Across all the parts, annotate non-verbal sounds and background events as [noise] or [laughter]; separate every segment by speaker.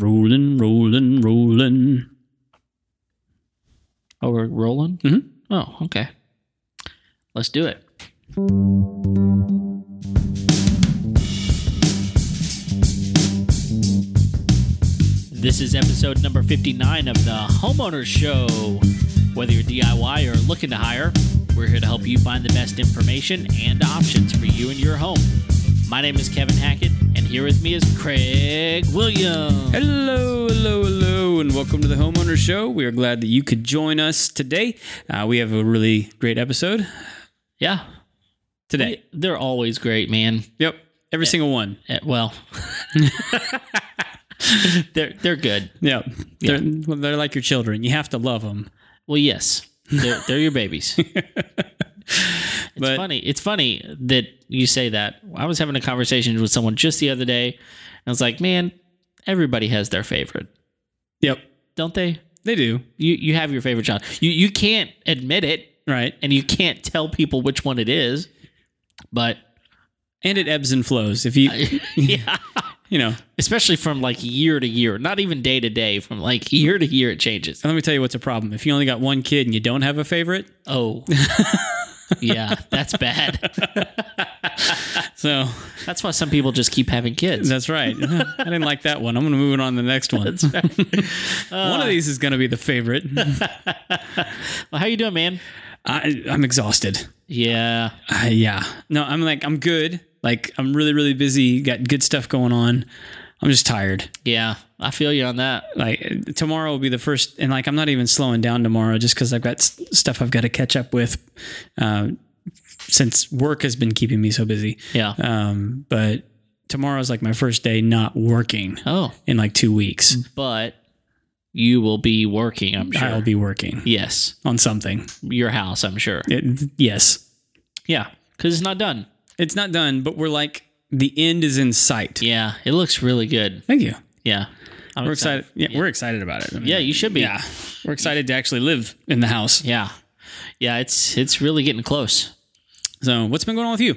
Speaker 1: Rolling, rolling, rolling.
Speaker 2: Oh, we're rolling?
Speaker 1: Mhm.
Speaker 2: Oh, okay. Let's do it. This is episode number 59 of the Homeowner Show. Whether you're DIY or looking to hire, we're here to help you find the best information and options for you and your home. My name is Kevin Hackett, and here with me is Craig Williams.
Speaker 1: Hello, hello, hello, and welcome to the Homeowner Show. We are glad that you could join us today. Uh, we have a really great episode
Speaker 2: Yeah,
Speaker 1: today.
Speaker 2: they're always great, man.
Speaker 1: Yep, every single one.
Speaker 2: Eh, well, [laughs] they're they're good.
Speaker 1: Yep, they're, well, they're like your children. You have to love them.
Speaker 2: Well, yes, they're, they're your babies. It's
Speaker 1: But-
Speaker 2: funny. It's funny that you say that. I was having a conversation with someone just the other day, and I was like, "Man, everybody has their favorite,
Speaker 1: Yep,
Speaker 2: don't they?
Speaker 1: they do.
Speaker 2: You you have your favorite child. You you can't admit it,
Speaker 1: Right,
Speaker 2: and you can't tell people which one it is, but." [laughs]
Speaker 1: and it ebbs and flows. If you,
Speaker 2: yeah,
Speaker 1: you know,
Speaker 2: especially from like year to year, not even day to day, from like [laughs] year to year, it changes.
Speaker 1: let me tell you what's a problem. If you only got one kid and you don't have a favorite, [laughs]
Speaker 2: Oh. yeah, that's bad.
Speaker 1: so
Speaker 2: That's why some people just keep having kids.
Speaker 1: that's right. [laughs] I didn't like that one. I'm going to move it on to the next one. [laughs] one of these is going to be the favorite.
Speaker 2: Well, how you doing, man?
Speaker 1: I, I'm exhausted.
Speaker 2: Yeah.
Speaker 1: Uh, yeah. No, I'm like, I'm good. Like, I'm really, really busy. Got good stuff going on. I'm just tired.
Speaker 2: Yeah. I feel you on that.
Speaker 1: Like, tomorrow will be the first, and like, I'm not even slowing down tomorrow just because I've got s- stuff I've got to catch up with uh, since work has been keeping me so busy.
Speaker 2: Yeah.
Speaker 1: Um, but tomorrow's like my first day not working
Speaker 2: Oh,
Speaker 1: in like two weeks.
Speaker 2: but you will be working, I'm Mm, sure.
Speaker 1: I'll be working
Speaker 2: yes.
Speaker 1: on something.
Speaker 2: Your house, I'm sure.
Speaker 1: It, yes.
Speaker 2: Yeah. Cuz it's not done.
Speaker 1: It's not done, but we're like, the end is in sight.
Speaker 2: Yeah. It looks really good.
Speaker 1: Thank you.
Speaker 2: Yeah. I'm
Speaker 1: we're excited. Yeah, we're excited about it. I mean,
Speaker 2: Yeah, you should be.
Speaker 1: Yeah, we're excited to actually live in the house.
Speaker 2: Yeah. Yeah, it's it's really getting close.
Speaker 1: So, what's been going on with you?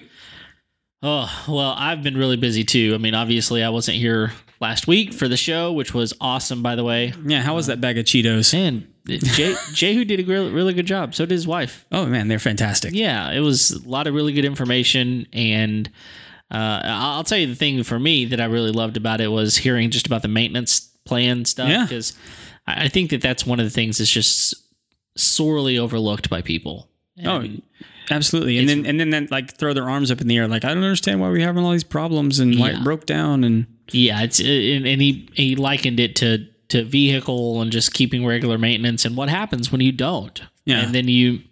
Speaker 2: Oh, well, I've been really busy too. I mean, obviously, I wasn't here last week for the show, which was awesome, by the way.
Speaker 1: Yeah, how was that bag of Cheetos?
Speaker 2: Man, Jay,
Speaker 1: [laughs]
Speaker 2: Jehu did a gre- really good job. So did his wife.
Speaker 1: Oh man, they're fantastic.
Speaker 2: Yeah, it was a lot of really good information. And uh, I'll I'll tell you the thing for me that I really loved about it was hearing just about the maintenance plan
Speaker 1: Yeah.
Speaker 2: stuff. Because I I think that that's one of the things that's just sorely overlooked by people.
Speaker 1: Oh,
Speaker 2: And-
Speaker 1: absolutely. And
Speaker 2: It's-
Speaker 1: then and then then like throw their arms up in the air, like I don't understand why we're having all these problems and why it
Speaker 2: Yeah.
Speaker 1: broke down. And
Speaker 2: Yeah, it's uh, and, and he he likened it to to vehicle and just keeping regular maintenance and what happens when you don't.
Speaker 1: Yeah.
Speaker 2: and then you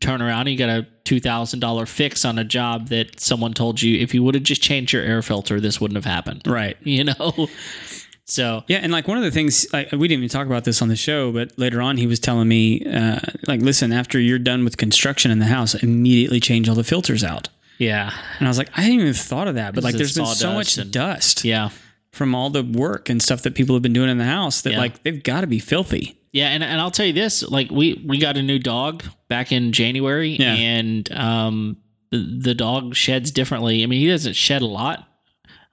Speaker 2: turn around and you got a two thousand dollar fix on a job that someone told you if you would have just changed your air filter, this wouldn't have happened.
Speaker 1: right.
Speaker 2: You know, [laughs] so
Speaker 1: Yeah, and like one of the things like, we didn't even talk about this on the show, but later on he was telling me, uh, like, listen, after you're done with construction in the house, immediately change all the filters out.
Speaker 2: yeah,
Speaker 1: And I was like, I hadn't even thought of that, but like,
Speaker 2: It's
Speaker 1: there's been so
Speaker 2: sawdust
Speaker 1: much
Speaker 2: and-
Speaker 1: dust.
Speaker 2: yeah,
Speaker 1: from all the work and stuff that people have been doing in the house that
Speaker 2: Yeah.
Speaker 1: like they've got to be filthy.
Speaker 2: yeah. And and I'll tell you this, like we we got a new dog back in January,
Speaker 1: Yeah.
Speaker 2: and um the, the dog sheds differently. I mean, he doesn't shed a lot,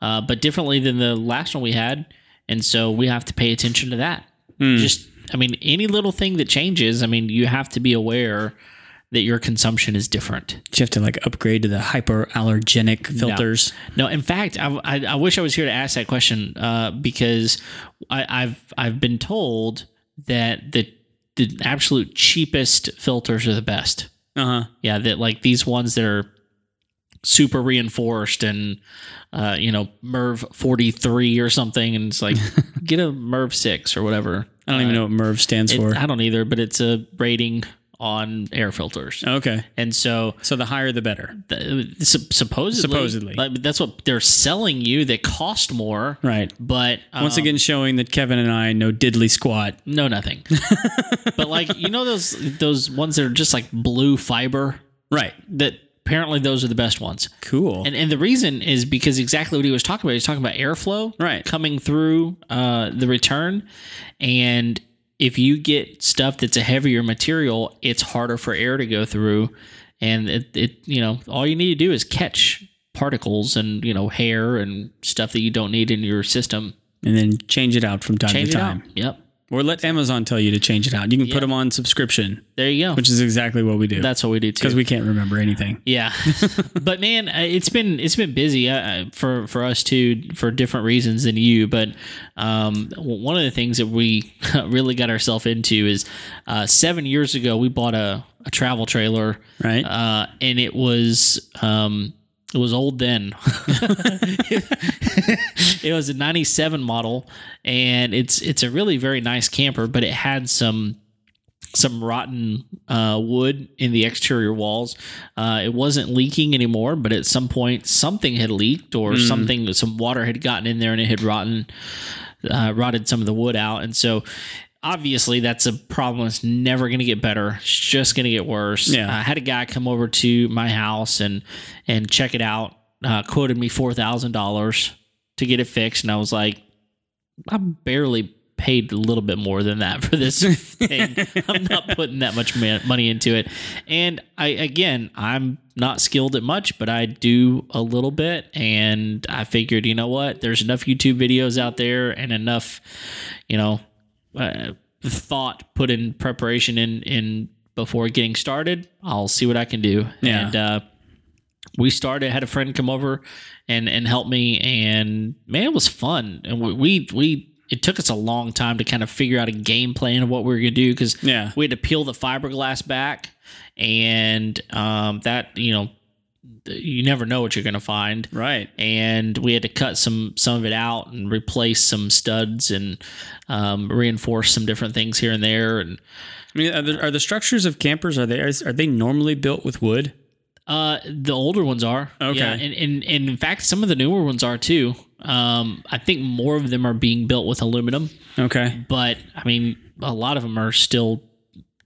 Speaker 2: uh, but differently than the last one we had. And so we have to pay attention to that. Just, I mean, any little thing that changes, I mean, you have to be aware that your consumption is different.
Speaker 1: You have to like upgrade to the hyperallergenic filters.
Speaker 2: No, in fact, I, I, I wish I was here to ask that question uh, because I, I've I've been told that the the absolute cheapest filters are the best.
Speaker 1: Uh huh.
Speaker 2: Yeah, that like these ones that are super reinforced and uh, you know Merv forty three or something, and it's
Speaker 1: [laughs]
Speaker 2: like get a Merv six or whatever. Uh,
Speaker 1: I don't even know what MERV stands
Speaker 2: It-
Speaker 1: for.
Speaker 2: I don't either, but it's a rating on air filters,
Speaker 1: okay.
Speaker 2: and so
Speaker 1: So the higher the better.
Speaker 2: th- uh, sup- supposedly,
Speaker 1: Supposedly.
Speaker 2: like, that's what they're selling you. They cost more,
Speaker 1: Right.
Speaker 2: but um,
Speaker 1: Once again, showing that Kevin and I know diddly squat.
Speaker 2: no
Speaker 1: [laughs]
Speaker 2: nothing. but like you know those those ones that are just like blue fiber.
Speaker 1: Right.
Speaker 2: That apparently those are the best ones.
Speaker 1: Cool.
Speaker 2: And, and the reason is because exactly what he was talking about. He was talking about airflow
Speaker 1: Right.
Speaker 2: coming through uh, the return. And if you get stuff that's a heavier material, it's harder for air to go through. And it, it you know, all you need to do is catch particles and, you know, hair and stuff that you don't need in your system.
Speaker 1: and then change it out from time
Speaker 2: Change
Speaker 1: to
Speaker 2: it
Speaker 1: time.
Speaker 2: out. Yep.
Speaker 1: Or let Amazon tell you to change it out. You can put
Speaker 2: Yeah.
Speaker 1: them on subscription,
Speaker 2: There you go.
Speaker 1: which is exactly what we do.
Speaker 2: That's what we do too.
Speaker 1: because we can't remember anything.
Speaker 2: Yeah, [laughs] but man, uh, it's been it's been busy uh, uh, for for us too for different reasons than you. But um, w- one of the things that we [laughs] really got ourselves into is uh, seven years ago we bought a, a travel trailer,
Speaker 1: Right.
Speaker 2: uh, and it was um, it was old then. [laughs] it was a '97 model, and it's it's a really very nice camper, but it had some some rotten uh, wood in the exterior walls. Uh, it wasn't leaking anymore, but at some point something had leaked or
Speaker 1: Mm.
Speaker 2: something, some water had gotten in there and it had rotten, uh, rotted some of the wood out. And so obviously that's a problem that's never going to get better. It's just going to get worse.
Speaker 1: Yeah.
Speaker 2: I had a guy come over to my house and, and check it out, uh, quoted me $4,000 to get it fixed. And I was like, I barely paid a little bit more than that [laughs] for this thing. I'm not putting that much man- money into it. And I, again, I'm not skilled at much, but I do a little bit. And I figured, you know what? There's enough YouTube videos out there and enough, you know, uh, thought put in preparation in, in before getting started. I'll see what I can do.
Speaker 1: Yeah.
Speaker 2: And, uh, we started had a friend come over and and help me and man it was fun and we we, we it took us a long time to kind of figure out a game plan of what we were going to do because
Speaker 1: Yeah.
Speaker 2: we had to peel the fiberglass back and um, that you know you never know what you're going to find
Speaker 1: Right.
Speaker 2: and we had to cut some some of it out and replace some studs and um, reinforce some different things here and there and
Speaker 1: I mean, are the, are the structures of campers are they is- are they normally built with wood?
Speaker 2: Uh, the older ones are
Speaker 1: Okay.
Speaker 2: Yeah, and, and and in fact, some of the newer ones are too. Um, I think more of them are being built with aluminum,
Speaker 1: Okay.
Speaker 2: but I mean, a lot of them are still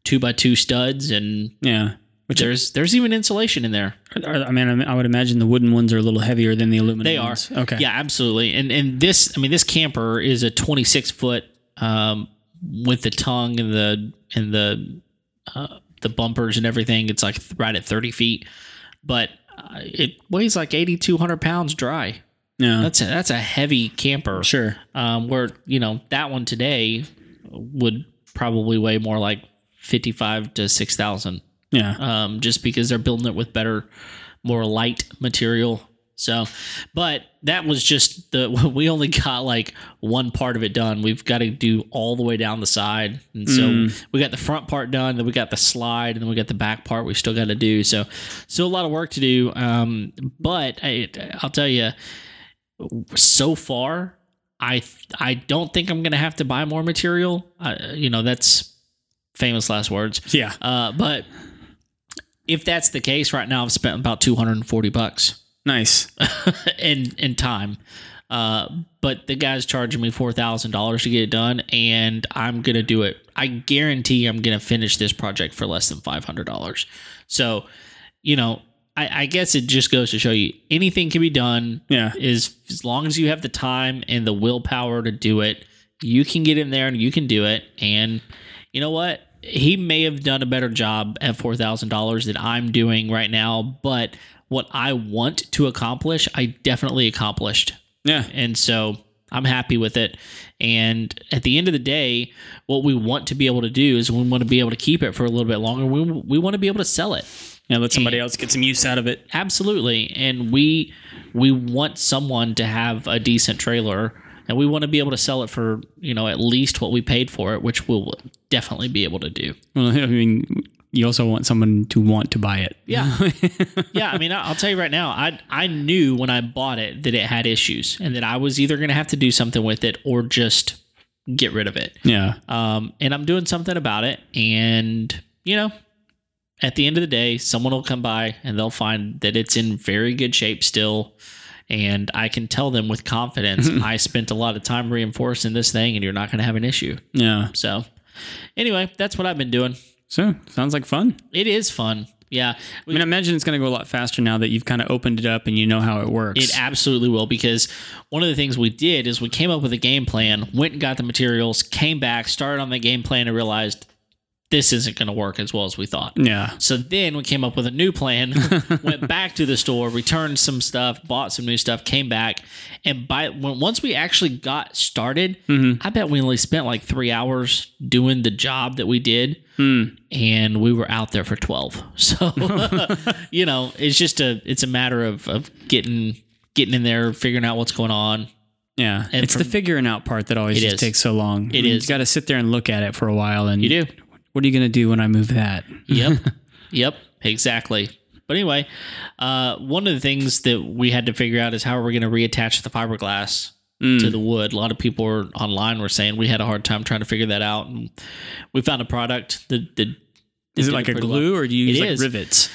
Speaker 2: two by two studs, and
Speaker 1: Yeah. Which are,
Speaker 2: there's there's even insulation in there.
Speaker 1: are- I mean, I would imagine the wooden ones are a little heavier than the aluminum.
Speaker 2: They
Speaker 1: ones.
Speaker 2: are
Speaker 1: Okay.
Speaker 2: Yeah, absolutely. And and this, I mean, this camper is a 26 foot um, with the tongue and the and the uh, the bumpers and everything. It's like right at 30 feet, but uh, it weighs like 8,200 pounds dry.
Speaker 1: Yeah.
Speaker 2: That's a, that's a heavy camper.
Speaker 1: sure.
Speaker 2: Um, where you know that one today would probably weigh more like fifty five to six thousand.
Speaker 1: Yeah.
Speaker 2: Um, just because they're building it with better, more light material. So, but that was just the [laughs] we only got like one part of it done. We've got to do all the way down the side, and so we got the front part done. Then we got the slide, and then we got the back part. We still got to do so, still a lot of work to do. Um, but I, I'll tell you, so far i i don't think i'm gonna have to buy more material uh, you know that's famous last words
Speaker 1: Yeah.
Speaker 2: uh, but if that's the case right now i've spent about 240 bucks [laughs]
Speaker 1: Nice.
Speaker 2: in in time uh, but the guy's charging me $4000 to get it done and i'm gonna do it i guarantee i'm gonna finish this project for less than $500 so you know I, I guess it just goes to show you anything can be done
Speaker 1: Yeah.
Speaker 2: is as long as you have the time and the willpower to do it, you can get in there and you can do it. And you know what? He may have done a better job at four thousand dollars than I'm doing right now, but what I want to accomplish, I definitely accomplished.
Speaker 1: Yeah.
Speaker 2: And so I'm happy with it. And at the end of the day, what we want to be able to do is we want to be able to keep it for a little bit longer. We, we want to be able to sell it
Speaker 1: Yeah. Let somebody else get some use out of it.
Speaker 2: absolutely and we we want someone to have a decent trailer and we want to be able to sell it for you know at least what we paid for it which we'll definitely be able to do
Speaker 1: Well, I mean, you also want someone to want to buy it.
Speaker 2: yeah yeah i mean I- i'll tell you right now i i knew when i bought it that it had issues and that i was either going to have to do something with it or just get rid of it
Speaker 1: [laughs] Yeah.
Speaker 2: um, and i'm doing something about it and you know at the end of the day, someone will come by and they'll find that it's in very good shape still. And I can tell them with confidence, I spent a lot of time reinforcing this thing and you're not going to have an issue.
Speaker 1: Yeah.
Speaker 2: So, anyway, that's what I've been doing.
Speaker 1: So sounds like fun.
Speaker 2: It is fun. Yeah.
Speaker 1: I mean, I imagine it's going to go a lot faster now that you've kind of opened it up and you know how it works.
Speaker 2: It absolutely will because one of the things we did is we came up with a game plan, went and got the materials, came back, started on the game plan, and realized this isn't going to work as well as we thought.
Speaker 1: Yeah.
Speaker 2: So then we came up with a new plan, [laughs] went back to the store, returned some stuff, bought some new stuff, came back, and by when, once we actually got started, I bet we only spent like three hours doing the job that we did, and we were out there for twelve. [laughs] So you know, it's just a it's a matter of of getting getting in there, figuring out what's going on.
Speaker 1: Yeah.
Speaker 2: And
Speaker 1: it's the
Speaker 2: from-
Speaker 1: figuring out part that always
Speaker 2: It
Speaker 1: just
Speaker 2: is.
Speaker 1: takes so long. It
Speaker 2: is.
Speaker 1: You got to sit there and look at it for a while. And
Speaker 2: You do.
Speaker 1: What are you going to do when I move that? [laughs]
Speaker 2: Yep. yep. Exactly. But anyway, uh, one of the things that we had to figure out is how are we going to reattach the fiberglass
Speaker 1: Mm.
Speaker 2: to the wood. A lot of people were online were saying we had a hard time trying to figure that out, and we found a product that, that
Speaker 1: Is
Speaker 2: did
Speaker 1: it like a
Speaker 2: pretty well.
Speaker 1: glue or do you
Speaker 2: It
Speaker 1: use like
Speaker 2: is.
Speaker 1: rivets?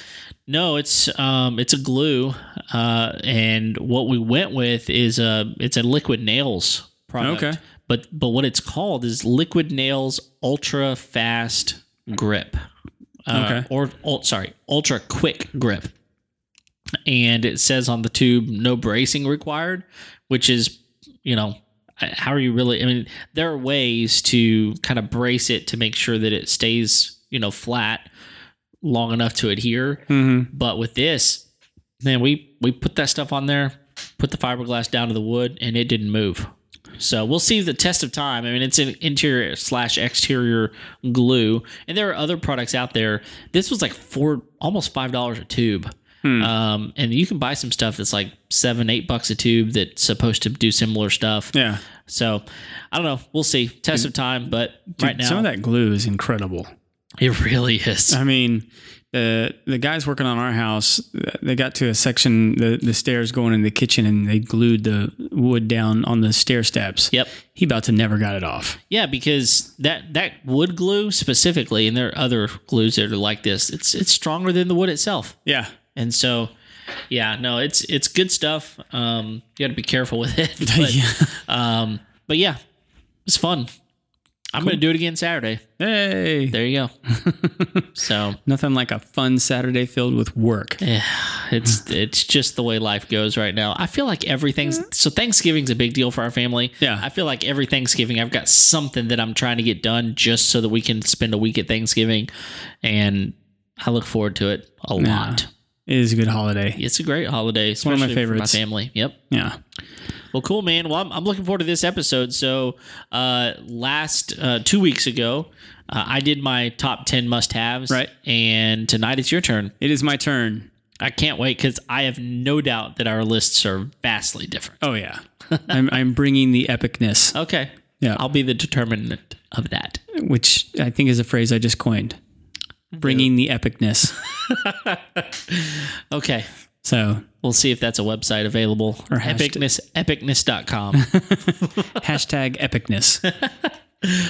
Speaker 2: No, it's um, it's a glue, uh, and what we went with is a it's a liquid nails product.
Speaker 1: Okay.
Speaker 2: But but what it's called is liquid nails ultra fast grip. Uh,
Speaker 1: Okay.
Speaker 2: Or ul- sorry, ultra quick grip. And it says on the tube no bracing required, which is you know how are you really? I mean, there are ways to kind of brace it to make sure that it stays you know flat long enough to adhere.
Speaker 1: Mm-hmm.
Speaker 2: But with this, man, we we put that stuff on there, put the fiberglass down to the wood, and it didn't move. So we'll see the test of time. I mean, it's an interior slash exterior glue, and there are other products out there. This was like four, almost five dollars a tube,
Speaker 1: Hmm.
Speaker 2: um, and you can buy some stuff that's like seven, eight bucks a tube that's supposed to do similar stuff.
Speaker 1: Yeah.
Speaker 2: So I don't know. We'll see. Test of time, but
Speaker 1: Dude,
Speaker 2: right now
Speaker 1: some of that glue is incredible.
Speaker 2: it really
Speaker 1: [laughs]
Speaker 2: is.
Speaker 1: I mean, the the guys working on our house, uh, they got to a section, the, the stairs going in the kitchen, and they glued the wood down on the stair steps.
Speaker 2: Yep.
Speaker 1: He about to never got it off.
Speaker 2: Yeah, because that that wood glue specifically, and there are other glues that are like this. It's it's stronger than the wood itself,
Speaker 1: Yeah.
Speaker 2: and so yeah, no, it's it's good stuff. Um, you got to be careful with it, but,
Speaker 1: [laughs] yeah.
Speaker 2: um, but yeah, it's fun. I'm gonna do it again Saturday.
Speaker 1: Hey.
Speaker 2: There you go. so
Speaker 1: Nothing like a fun Saturday filled with work.
Speaker 2: Eh.
Speaker 1: [laughs]
Speaker 2: it's it's just the way life goes right now. I feel like everything's so Thanksgiving's a big deal for our family.
Speaker 1: Mm-hmm. Yeah.
Speaker 2: I feel like every Thanksgiving I've got something that I'm trying to get done just so that we can spend a week at Thanksgiving and I look forward to it a lot.
Speaker 1: It is a good holiday.
Speaker 2: It's a great holiday,
Speaker 1: one of my
Speaker 2: especially for my
Speaker 1: favorites.
Speaker 2: family. Yep.
Speaker 1: Yeah.
Speaker 2: Well, cool, man. Well, I'm, I'm looking forward to this episode. So, uh, last uh, two weeks ago, uh, I did my top ten must-haves.
Speaker 1: Right.
Speaker 2: And tonight it's your turn.
Speaker 1: It is my turn.
Speaker 2: I can't wait because I have no doubt that our lists are vastly different.
Speaker 1: Oh yeah. [laughs] I'm I'm bringing the epicness,
Speaker 2: Okay.
Speaker 1: Yeah.
Speaker 2: I'll be the determinant of that.
Speaker 1: which I think is a phrase I just coined. Bringing the epicness.
Speaker 2: Okay.
Speaker 1: So
Speaker 2: We'll see if that's a website available.
Speaker 1: Or hashtag-
Speaker 2: epicness,
Speaker 1: [laughs]
Speaker 2: epicness.com.
Speaker 1: hashtag epicness.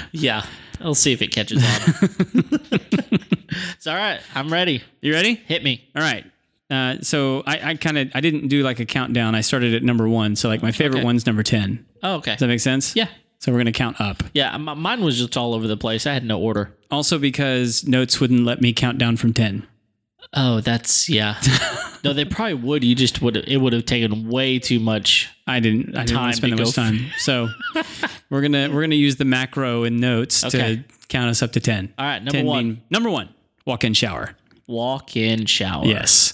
Speaker 2: [laughs] yeah. I'll see if it catches on. it's all right. I'm ready.
Speaker 1: You ready?
Speaker 2: Hit me.
Speaker 1: All right. Uh, so I, I kind of I didn't do like a countdown. I started at number one. So like my favorite
Speaker 2: Okay.
Speaker 1: one's number ten. Does
Speaker 2: Oh, okay.
Speaker 1: that make sense?
Speaker 2: Yeah.
Speaker 1: So we're gonna count up.
Speaker 2: Yeah. m- mine was just all over the place. I had no order.
Speaker 1: Also because notes wouldn't let me count down from ten.
Speaker 2: Oh, that's,
Speaker 1: [laughs]
Speaker 2: yeah. no, they probably would. You just would, it would have taken way too much.
Speaker 1: I didn't. I didn't
Speaker 2: Time
Speaker 1: want to spend
Speaker 2: to
Speaker 1: that much
Speaker 2: go f-
Speaker 1: time.
Speaker 2: [laughs]
Speaker 1: So we're gonna we're gonna use the macro in notes
Speaker 2: Okay.
Speaker 1: to count us up to ten.
Speaker 2: All right. Number
Speaker 1: 10
Speaker 2: one,
Speaker 1: being- number one, walk-in shower.
Speaker 2: walk in shower.
Speaker 1: Yes,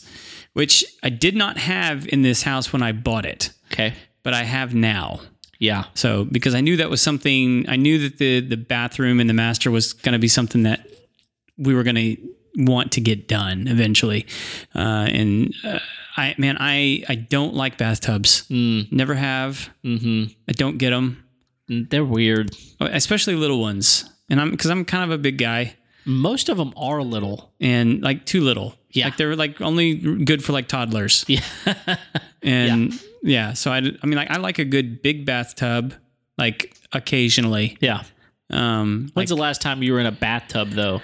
Speaker 1: which I did not have in this house when I bought it,
Speaker 2: Okay.
Speaker 1: but I have now.
Speaker 2: Yeah.
Speaker 1: So because I knew that was something, I knew that the the bathroom and the master was going to be something that we were going to want to get done eventually. Uh, and uh, I, man, I I don't like bathtubs. Never have.
Speaker 2: Mm-hmm.
Speaker 1: I don't get them,
Speaker 2: They're weird.
Speaker 1: especially little ones. And I'm because I'm kind of a big guy
Speaker 2: Most of them are little.
Speaker 1: and like too little.
Speaker 2: Yeah.
Speaker 1: like they're like only good for like toddlers.
Speaker 2: Yeah.
Speaker 1: [laughs] And yeah, so I I mean like I like a good big bathtub like occasionally.
Speaker 2: yeah.
Speaker 1: Um,
Speaker 2: When's the last time you were in a bathtub, though?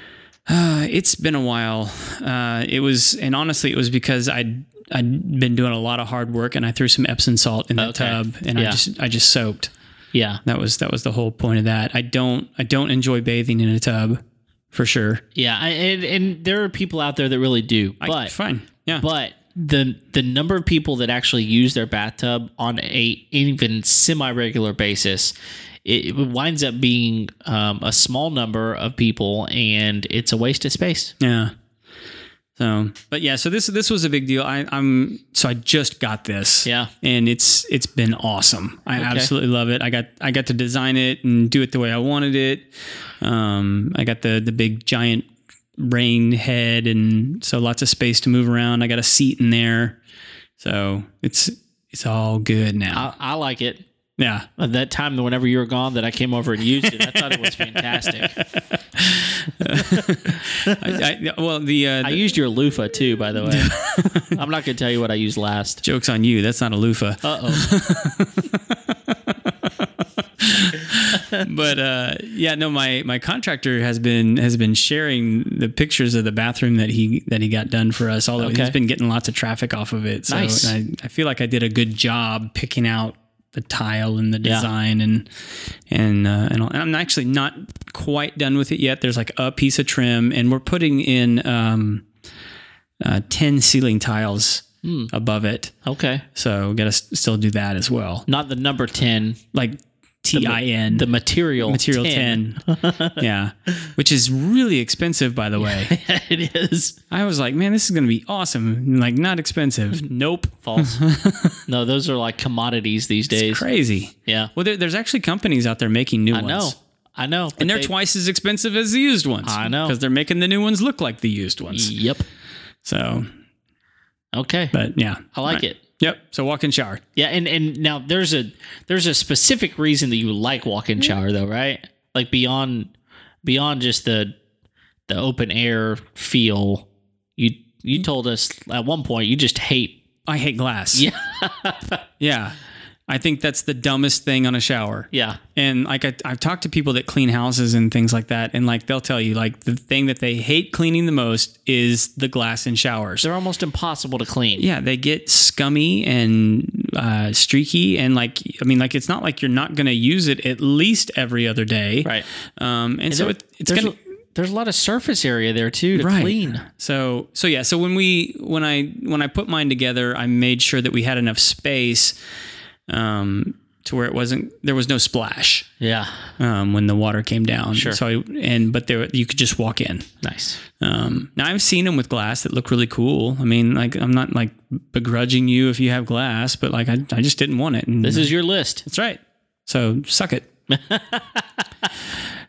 Speaker 1: Uh, it's been a while. Uh, it was, and honestly, it was because I I'd been doing a lot of hard work, and I threw some Epsom salt in the
Speaker 2: Okay.
Speaker 1: tub, and
Speaker 2: Yeah.
Speaker 1: I just I just soaked.
Speaker 2: Yeah.
Speaker 1: That was that was the whole point of that. I don't I don't enjoy bathing in a tub, for sure.
Speaker 2: Yeah. I, and, and there are people out there that really do. But,
Speaker 1: I, fine, yeah,
Speaker 2: but the the number of people that actually use their bathtub on a even semi regular basis it, it winds up being um, a small number of people, and it's a waste of space.
Speaker 1: Yeah. So, but yeah, so this this was a big deal. I, I'm so I just got this.
Speaker 2: Yeah.
Speaker 1: and it's it's been awesome. I
Speaker 2: Okay.
Speaker 1: absolutely love it. I got I got to design it and do it the way I wanted it. Um, I got the the big giant rain head, and so lots of space to move around. I got a seat in there, so it's it's all good now.
Speaker 2: I, I like it.
Speaker 1: yeah,
Speaker 2: At that time, whenever you were gone, that I came over and used it, I thought it was [laughs] fantastic. [laughs]
Speaker 1: I, I, well the, uh,
Speaker 2: I
Speaker 1: the
Speaker 2: used your loofah too, by the way.
Speaker 1: [laughs]
Speaker 2: I'm not going to tell you what I used last.
Speaker 1: jokes on you. That's not a loofah.
Speaker 2: Uh oh.
Speaker 1: but uh, yeah, no, my my contractor has been has been sharing the pictures of the bathroom that he that he got done for us. Although
Speaker 2: Okay.
Speaker 1: he's been getting lots of traffic off of it, so
Speaker 2: Nice.
Speaker 1: I, I feel like I did a good job picking out the tile and the
Speaker 2: Yeah.
Speaker 1: design and and uh, and, all. and I'm actually not quite done with it yet. There's like a piece of trim, and we're putting in um, uh, ten ceiling tiles
Speaker 2: Hmm.
Speaker 1: above it.
Speaker 2: Okay.
Speaker 1: So got to still do that as well,
Speaker 2: Not the number 10,
Speaker 1: like T I N
Speaker 2: the material.
Speaker 1: material 10,
Speaker 2: [laughs]
Speaker 1: yeah which is really expensive by the way
Speaker 2: it is.
Speaker 1: i was like man this is gonna be awesome and, like
Speaker 2: [laughs]
Speaker 1: not expensive nope [laughs]
Speaker 2: False. no, those are like commodities these days.
Speaker 1: crazy
Speaker 2: Yeah.
Speaker 1: well there, there's actually companies out there making new
Speaker 2: I
Speaker 1: ones
Speaker 2: know. I know. but
Speaker 1: and they're
Speaker 2: they-
Speaker 1: twice as expensive as the used ones
Speaker 2: I know.
Speaker 1: because they're making the new ones look like the used ones
Speaker 2: Yep.
Speaker 1: so
Speaker 2: Okay.
Speaker 1: but yeah
Speaker 2: I like
Speaker 1: Right.
Speaker 2: it.
Speaker 1: yep so walk and shower
Speaker 2: Yeah, and and now there's a there's a specific reason that you like walk-in shower though, right? Like beyond beyond just the the open air feel. You you told us at one point you just hate.
Speaker 1: i hate glass
Speaker 2: Yeah. [laughs]
Speaker 1: yeah i think that's the dumbest thing on a shower
Speaker 2: Yeah.
Speaker 1: And like I, I've talked to people that clean houses and things like that, and like they'll tell you like the thing that they hate cleaning the most is the glass in showers.
Speaker 2: They're almost impossible to clean.
Speaker 1: Yeah, they get scummy and uh, streaky, and like I mean, like it's not like you're not going to use it at least every other day,
Speaker 2: Right.
Speaker 1: Um, and, so it, it's
Speaker 2: there's
Speaker 1: going
Speaker 2: a, there's a lot of surface area there too to
Speaker 1: Right.
Speaker 2: clean.
Speaker 1: So so yeah, so when we when I when I put mine together, I made sure that we had enough space um to where it wasn't there was no splash
Speaker 2: Yeah.
Speaker 1: um when the water came down.
Speaker 2: Sure.
Speaker 1: So I, and but there you could just walk in.
Speaker 2: Nice.
Speaker 1: Um now I've seen them with glass that look really cool. I mean, like I'm not like begrudging you if you have glass, but like I I just didn't want it. And
Speaker 2: This is your list.
Speaker 1: that's right. So
Speaker 2: [laughs]
Speaker 1: suck it.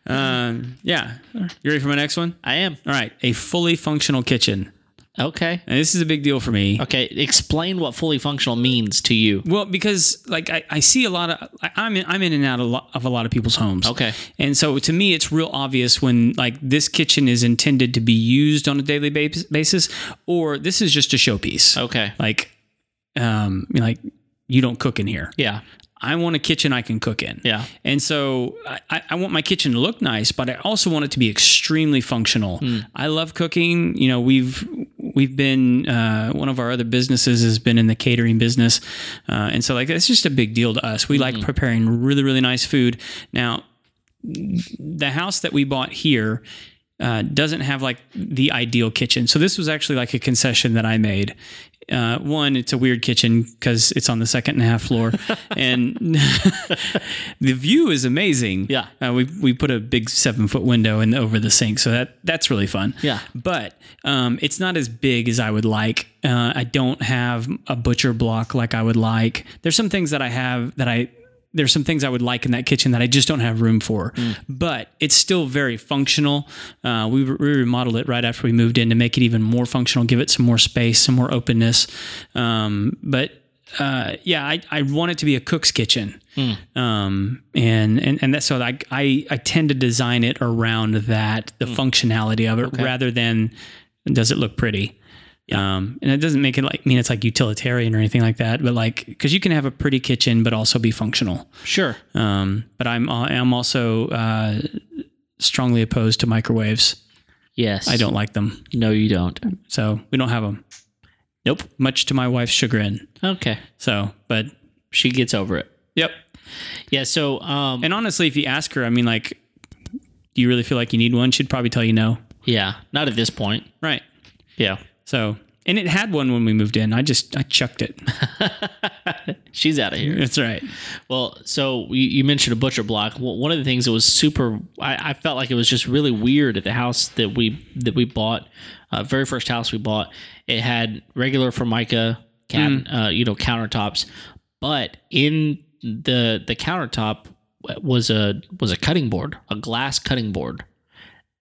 Speaker 1: um yeah. You ready for my next one?
Speaker 2: I am.
Speaker 1: All right, a fully functional kitchen.
Speaker 2: Okay.
Speaker 1: And this is a big deal for me.
Speaker 2: Okay, explain what fully functional means to you.
Speaker 1: Well, because like I, I see a lot of I, I'm in, I'm in and out of, lo- of a lot of people's homes.
Speaker 2: Okay.
Speaker 1: and so to me, it's real obvious when like this kitchen is intended to be used on a daily ba- basis, or this is just a showpiece.
Speaker 2: Okay.
Speaker 1: Like, um, like you don't cook in here.
Speaker 2: Yeah.
Speaker 1: I want a kitchen I can cook in.
Speaker 2: Yeah.
Speaker 1: And so I- I, I want my kitchen to look nice, but I also want it to be extremely functional. I love cooking. You know, we've we've been uh, one of our other businesses has been in the catering business, uh, and so like that's just a big deal to us. We like preparing really really nice food. Now, the house that we bought here. Uh, doesn't have like the ideal kitchen. So this was actually like a concession that I made. Uh, one, it's a weird kitchen because it's on the second and a half floor, and [laughs] the view is amazing.
Speaker 2: Yeah.
Speaker 1: uh, we we put a big seven foot window in over the sink, so that that's really fun.
Speaker 2: Yeah.
Speaker 1: but um, it's not as big as I would like. Uh, I don't have a butcher block like I would like. There's some things that I have that I. There's some things I would like in that kitchen that I just don't have room for, but it's still very functional. Uh, we, re- we remodeled it right after we moved in to make it even more functional, give it some more space, some more openness. Um, but uh, yeah, I, I want it to be a cook's kitchen. Um, and, and, and that's so I, I, I tend to design it around that, the functionality of it rather than does it look pretty? Um, and it doesn't make it like, mean it's like utilitarian or anything like that, but like, cause you can have a pretty kitchen, but also be functional.
Speaker 2: Sure.
Speaker 1: Um, but I'm, I'm also, uh, strongly opposed to microwaves.
Speaker 2: Yes.
Speaker 1: I don't like them.
Speaker 2: No, you don't.
Speaker 1: So we don't have them.
Speaker 2: Nope.
Speaker 1: Much to my wife's chagrin.
Speaker 2: Okay.
Speaker 1: So, but
Speaker 2: She gets over it.
Speaker 1: yep.
Speaker 2: Yeah. So, um,
Speaker 1: And honestly, if you ask her, I mean, like, do you really feel like you need one? She'd probably tell you no.
Speaker 2: yeah, not at this point.
Speaker 1: Right.
Speaker 2: Yeah.
Speaker 1: So And it had one when we moved in. I just I chucked it. [laughs]
Speaker 2: She's out of here.
Speaker 1: That's right.
Speaker 2: Well, so you, you mentioned a butcher block. Well, one of the things that was super, I, I felt like it was just really weird at the house that we that we bought, uh, very first house we bought. It had regular Formica, cat, uh, you know, countertops, but in the the countertop was a was a cutting board, a glass cutting board,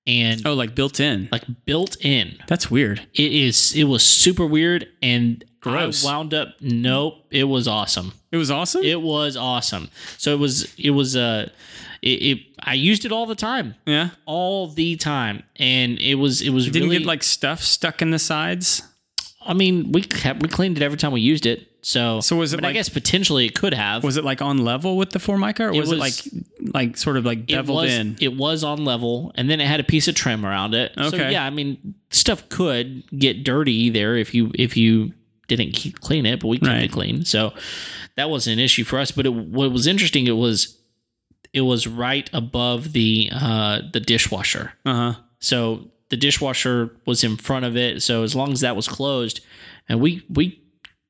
Speaker 2: and
Speaker 1: Oh, like built in.
Speaker 2: like built in.
Speaker 1: That's weird.
Speaker 2: It is. It was super weird and
Speaker 1: Gross.
Speaker 2: I wound up. Nope. It was awesome.
Speaker 1: It was awesome.
Speaker 2: It was awesome. So it was it was uh it, it I used it all the time.
Speaker 1: yeah.
Speaker 2: All the time. And it was it was
Speaker 1: Didn't
Speaker 2: really
Speaker 1: get like stuff stuck in the sides.
Speaker 2: I mean, we kept we cleaned it every time we used it. So
Speaker 1: So was it
Speaker 2: but I
Speaker 1: like-
Speaker 2: guess potentially it could have.
Speaker 1: Was it like on level with the Formica, or was it,
Speaker 2: was-
Speaker 1: like like sort of like
Speaker 2: it
Speaker 1: beveled
Speaker 2: was
Speaker 1: in?
Speaker 2: it was on level and then it had a piece of trim around it. So
Speaker 1: Okay.
Speaker 2: yeah, I mean, stuff could get dirty there if you if you didn't keep clean it, but we kept
Speaker 1: Right.
Speaker 2: it clean. So that wasn't an issue for us, but it, what was interesting it was it was right above the uh the dishwasher.
Speaker 1: Uh huh.
Speaker 2: So the dishwasher was in front of it. So as long as that was closed, and we we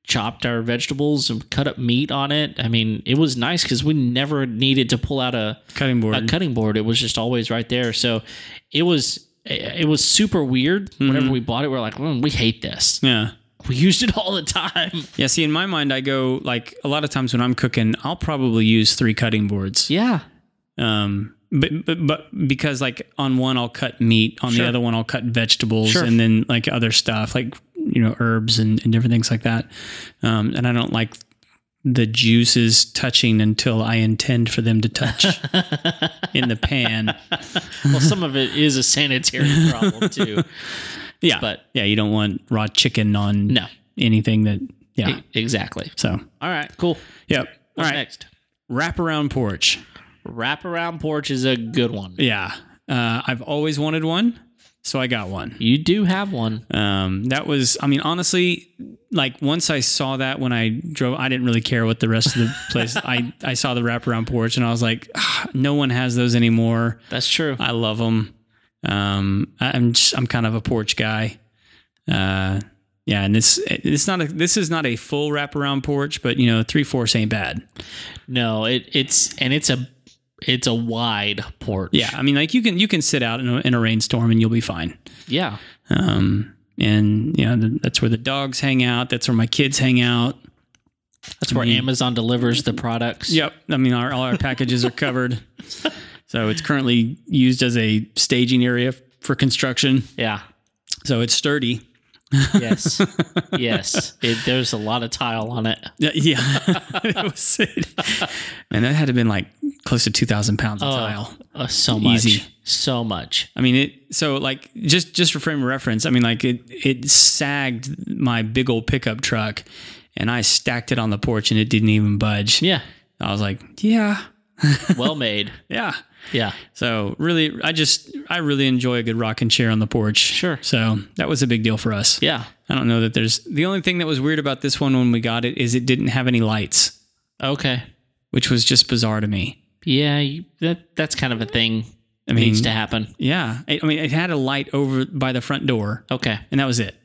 Speaker 2: chopped our vegetables and cut up meat on it. I mean, it was nice because we never needed to pull out a,
Speaker 1: Cutting board.
Speaker 2: a cutting board. It was just always right there. So it was it was super weird. Whenever we bought it, we are like, "Mm, we hate this. [laughs]
Speaker 1: yeah.
Speaker 2: We used it all the time.
Speaker 1: Yeah. See, in my mind, I go like a lot of times when I'm cooking, I'll probably use three cutting boards.
Speaker 2: Yeah.
Speaker 1: Um, but, but but because like on one I'll cut meat, on
Speaker 2: Sure.
Speaker 1: the other one I'll cut vegetables,
Speaker 2: Sure.
Speaker 1: and then like other stuff like you know herbs and, and different things like that. Um, and I don't like the juices touching until I intend for them
Speaker 2: [laughs]
Speaker 1: to touch in the pan.
Speaker 2: Well, some of it is a [laughs] sanitary problem too.
Speaker 1: Yeah,
Speaker 2: But-
Speaker 1: yeah, you don't want raw chicken on
Speaker 2: No.
Speaker 1: anything that yeah.
Speaker 2: E- Exactly.
Speaker 1: So
Speaker 2: All right. Cool.
Speaker 1: yep. All
Speaker 2: What's
Speaker 1: right,
Speaker 2: next?
Speaker 1: wraparound porch.
Speaker 2: Wraparound porch is a good one.
Speaker 1: Yeah, uh, I've always wanted one, so I got one.
Speaker 2: You do have one.
Speaker 1: Um, that was, I mean, honestly, like once I saw that when I drove, I didn't really care what the rest of the place. I I saw the wraparound porch and I was like, "Ah, no one has those anymore.
Speaker 2: That's true.
Speaker 1: I love them. Um, I, I'm just, I'm kind of a porch guy. Uh, yeah, and it's it's not a this is not a full wraparound porch, but you know, three fourths ain't bad.
Speaker 2: No, it it's and it's a it's a wide porch.
Speaker 1: Yeah, I mean, like you can you can sit out in a, in a rainstorm and you'll be fine.
Speaker 2: Yeah.
Speaker 1: Um, and you know, th- that's where the dogs hang out. That's where my kids hang out.
Speaker 2: That's where Amazon delivers the products.
Speaker 1: Yep. I mean, our, all our packages are covered. So it's currently used as a staging area f- for construction.
Speaker 2: Yeah.
Speaker 1: So it's sturdy. [laughs]
Speaker 2: Yes. yes. It, there's a lot of tile on it.
Speaker 1: Yeah. [laughs] yeah. That was it. And that had to have been like close to 2,000 pounds of tile.
Speaker 2: Uh, so much.
Speaker 1: Easy.
Speaker 2: So much.
Speaker 1: I mean, it, so like just, just for frame of reference, I mean, like it, it sagged my big old pickup truck and I stacked it on the porch and it didn't even budge.
Speaker 2: Yeah.
Speaker 1: I was like, yeah,
Speaker 2: Well made.
Speaker 1: [laughs] yeah.
Speaker 2: Yeah.
Speaker 1: So really, I just I really enjoy a good rocking chair on the porch.
Speaker 2: Sure.
Speaker 1: So that was a big deal for us.
Speaker 2: Yeah.
Speaker 1: I don't know that there's the only thing that was weird about this one when we got it is it didn't have any lights,
Speaker 2: Okay.
Speaker 1: which was just bizarre to me.
Speaker 2: Yeah. You, that that's kind of a thing
Speaker 1: I mean,
Speaker 2: needs to happen.
Speaker 1: yeah. I, I mean, it had a light over by the front door,
Speaker 2: Okay.
Speaker 1: and that was it.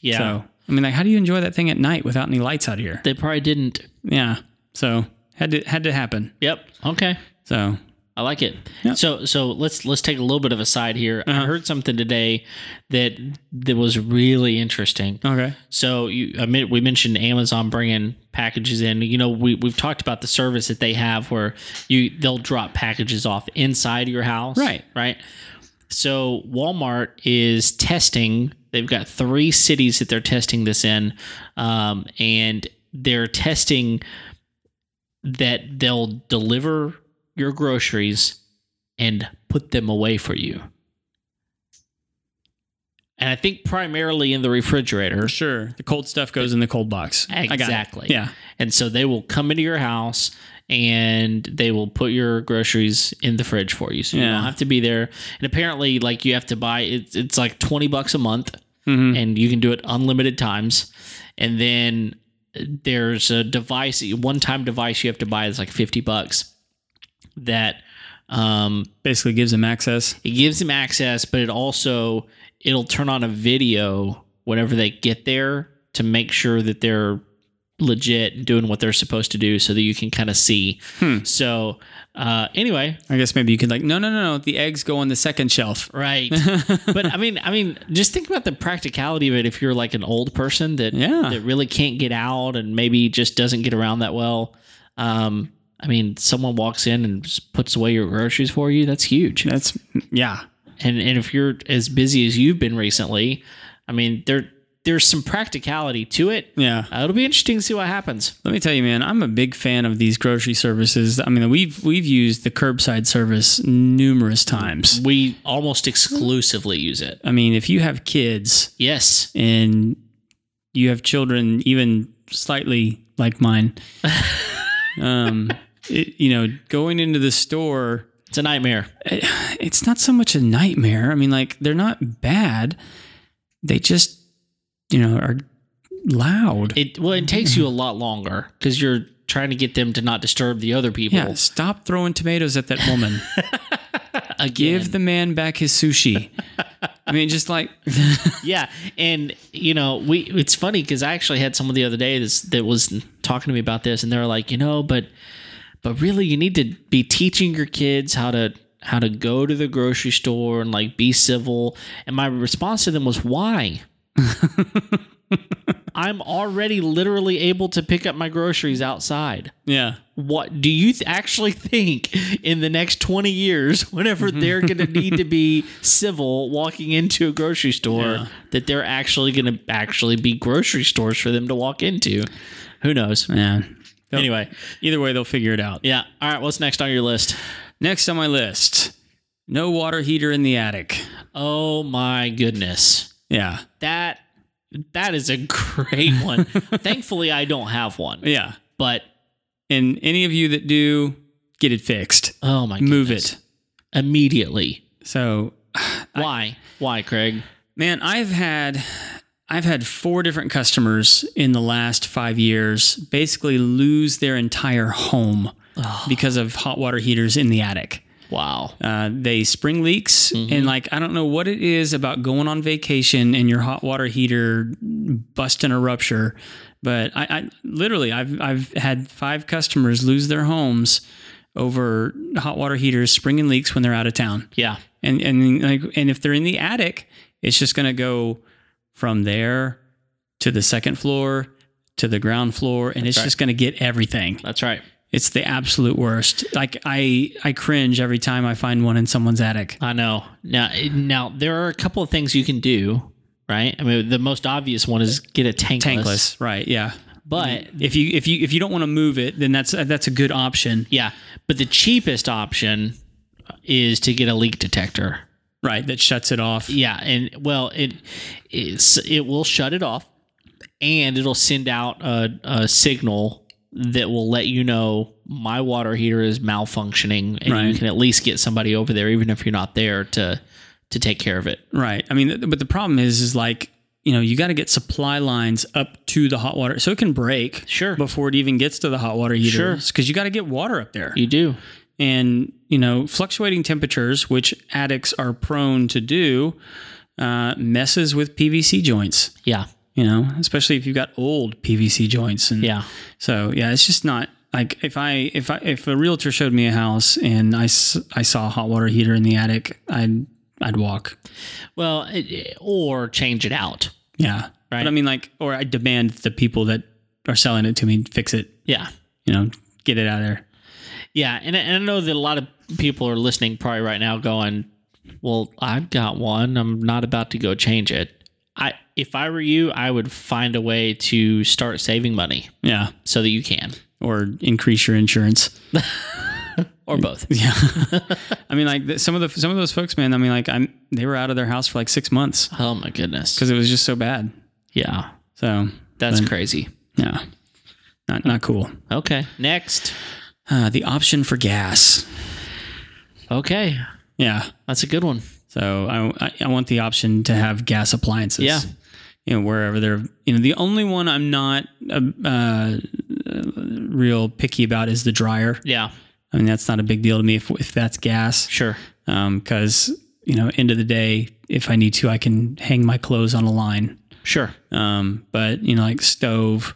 Speaker 2: Yeah.
Speaker 1: So I mean, like, how do you enjoy that thing at night without any lights out here?
Speaker 2: They probably didn't.
Speaker 1: Yeah. So had to had to happen.
Speaker 2: Yep. Okay.
Speaker 1: So
Speaker 2: I like it. So so let's let's take a little bit of a side here.
Speaker 1: Uh-huh.
Speaker 2: I heard something today that that was really interesting.
Speaker 1: okay.
Speaker 2: So you, I mean, we mentioned Amazon bringing packages in. You know, we we've talked about the service that they have where you they'll drop packages off inside your house.
Speaker 1: Right.
Speaker 2: Right. So Walmart is testing. They've got three cities that they're testing this in, um, and they're testing that they'll deliver your groceries and put them away for you. And I think primarily in the refrigerator.
Speaker 1: Sure. The cold stuff goes in the cold box. I got it.
Speaker 2: Exactly.
Speaker 1: Yeah.
Speaker 2: And so they will come into your house and they will put your groceries in the fridge for you. So you
Speaker 1: Yeah.
Speaker 2: don't have to be there. And apparently, like you have to buy it's it's like twenty bucks a month,
Speaker 1: Mm-hmm. Mm.
Speaker 2: and you can do it unlimited times. And then there's a device, one time device you have to buy that's like fifty bucks. That um,
Speaker 1: Basically gives them access.
Speaker 2: it gives them access, but it also it'll turn on a video whenever they get there to make sure that they're legit and doing what they're supposed to do so that you can kind of see.
Speaker 1: Hmm.
Speaker 2: So, uh, anyway,
Speaker 1: I guess maybe you could like, no, no, no, no. The eggs go on the second shelf. [laughs]
Speaker 2: right. but I mean, I mean, just think about the practicality of it. If you're like an old person that
Speaker 1: Yeah.
Speaker 2: that really can't get out and maybe just doesn't get around that well, um, I mean, someone walks in and just puts away your groceries for you. That's huge.
Speaker 1: That's yeah.
Speaker 2: And and if you're as busy as you've been recently, I mean, there there's some practicality to it.
Speaker 1: Yeah.
Speaker 2: Uh, it'll be interesting to see what happens.
Speaker 1: Let me tell you, man, I'm a big fan of these grocery services. I mean, we've we've used the curbside service numerous times.
Speaker 2: We almost exclusively use it.
Speaker 1: I mean, if you have kids
Speaker 2: Yes.
Speaker 1: and you have children even slightly like mine, um, it, you know, going into the store,
Speaker 2: It's a nightmare.
Speaker 1: it, it's not so much a nightmare. I mean, like they're not bad. They just, you know, are loud.
Speaker 2: It well, it takes you a lot longer because you're trying to get them to not disturb the other people.
Speaker 1: yeah, stop throwing tomatoes at that woman.
Speaker 2: Again.
Speaker 1: Give the man back his sushi. I mean, just like [laughs]
Speaker 2: yeah, and you know, we it's funny because I actually had someone the other day that's, that was talking to me about this, and they were like, you know, but but really, you need to be teaching your kids how to how to go to the grocery store and like be civil. And my response to them was, why? I'm already literally able to pick up my groceries outside.
Speaker 1: yeah.
Speaker 2: what do you th- actually think in the next 20 years
Speaker 1: [laughs]
Speaker 2: whenever they're going to need to be civil walking into a grocery store
Speaker 1: Yeah.
Speaker 2: that they're actually going to actually be grocery stores for them to walk into who knows
Speaker 1: Yeah.
Speaker 2: anyway
Speaker 1: Either way, they'll figure it out.
Speaker 2: yeah all right what's next on your list
Speaker 1: Next on my list, no water heater in the attic.
Speaker 2: oh my goodness
Speaker 1: Yeah.
Speaker 2: that that is a
Speaker 1: [laughs]
Speaker 2: great one thankfully i don't have one
Speaker 1: Yeah.
Speaker 2: but
Speaker 1: And any of you that do, get it fixed.
Speaker 2: oh my goodness.
Speaker 1: Move it.
Speaker 2: immediately
Speaker 1: So,
Speaker 2: why why craig
Speaker 1: man, I've had I've had four different customers in the last 5 years basically lose their entire home because of hot water heaters in the attic.
Speaker 2: wow
Speaker 1: Uh, they spring leaks and like I don't know what it is about going on vacation and your hot water heater busting a rupture, but I, I literally I've I've had five customers lose their homes over hot water heaters springing leaks when they're out of town,
Speaker 2: yeah
Speaker 1: and and like and if they're in the attic, it's just gonna go from there to the second floor to the ground floor, and it's
Speaker 2: right.
Speaker 1: just gonna get everything.
Speaker 2: that's right
Speaker 1: It's the absolute worst. Like I I cringe every time I find one in someone's attic.
Speaker 2: I know. Now, now there are a couple of things you can do, right? I mean, the most obvious one is get a tankless.
Speaker 1: Tankless, right? Yeah.
Speaker 2: But
Speaker 1: If you if you if you don't want to move it, then that's that's a good option,
Speaker 2: yeah, but the cheapest option is to get a leak detector.
Speaker 1: right? That shuts it off.
Speaker 2: Yeah, and well, it it's, it will shut it off, and it'll send out a, a signal that will let you know my water heater is malfunctioning, and you
Speaker 1: Right.
Speaker 2: can at least get somebody over there, even if you're not there to to take care of it.
Speaker 1: Right. I mean, th- but the problem is is like you know you got to get supply lines up to the hot water so it can break
Speaker 2: Sure.
Speaker 1: before it even gets to the hot water heater.
Speaker 2: Sure.
Speaker 1: Because you got to get water up there.
Speaker 2: You do.
Speaker 1: and you know fluctuating temperatures which addicts are prone to do uh, messes with pvc joints
Speaker 2: Yeah.
Speaker 1: you know especially if you've got old pvc joints and
Speaker 2: Yeah.
Speaker 1: so yeah it's just not like if i if i if a realtor showed me a house and i s- I saw a hot water heater in the attic i'd i'd walk
Speaker 2: Well, it, or change it out.
Speaker 1: yeah
Speaker 2: Right.
Speaker 1: but i mean like or i demand that the people that are selling it to me fix it
Speaker 2: Yeah.
Speaker 1: you know get it out of there
Speaker 2: Yeah. And, I- and I know that a lot of people are listening probably right now going, well, I've got one. I'm not about to go change it. I, if I were you, I would find a way to start saving money
Speaker 1: yeah
Speaker 2: so that you can,
Speaker 1: or increase your insurance
Speaker 2: or both.
Speaker 1: [laughs] Yeah, I mean, like th- some of the some of those folks, man. I mean, like I'm they were out of their house for like six months
Speaker 2: Oh my goodness.
Speaker 1: because it was just so bad.
Speaker 2: Yeah.
Speaker 1: So
Speaker 2: That's crazy.
Speaker 1: yeah, not not cool.
Speaker 2: Okay. Next.
Speaker 1: Uh, the option for gas.
Speaker 2: Okay.
Speaker 1: Yeah,
Speaker 2: That's a good one.
Speaker 1: so I, I I want the option to have gas appliances.
Speaker 2: Yeah.
Speaker 1: you know wherever they're you know the only one I'm not uh, uh, real picky about is the dryer.
Speaker 2: Yeah.
Speaker 1: I mean that's not a big deal to me if if that's gas. Um,
Speaker 2: Sure.
Speaker 1: because you know, end of the day, if I need to, I can hang my clothes on a line.
Speaker 2: Sure.
Speaker 1: Um, but you know, like stove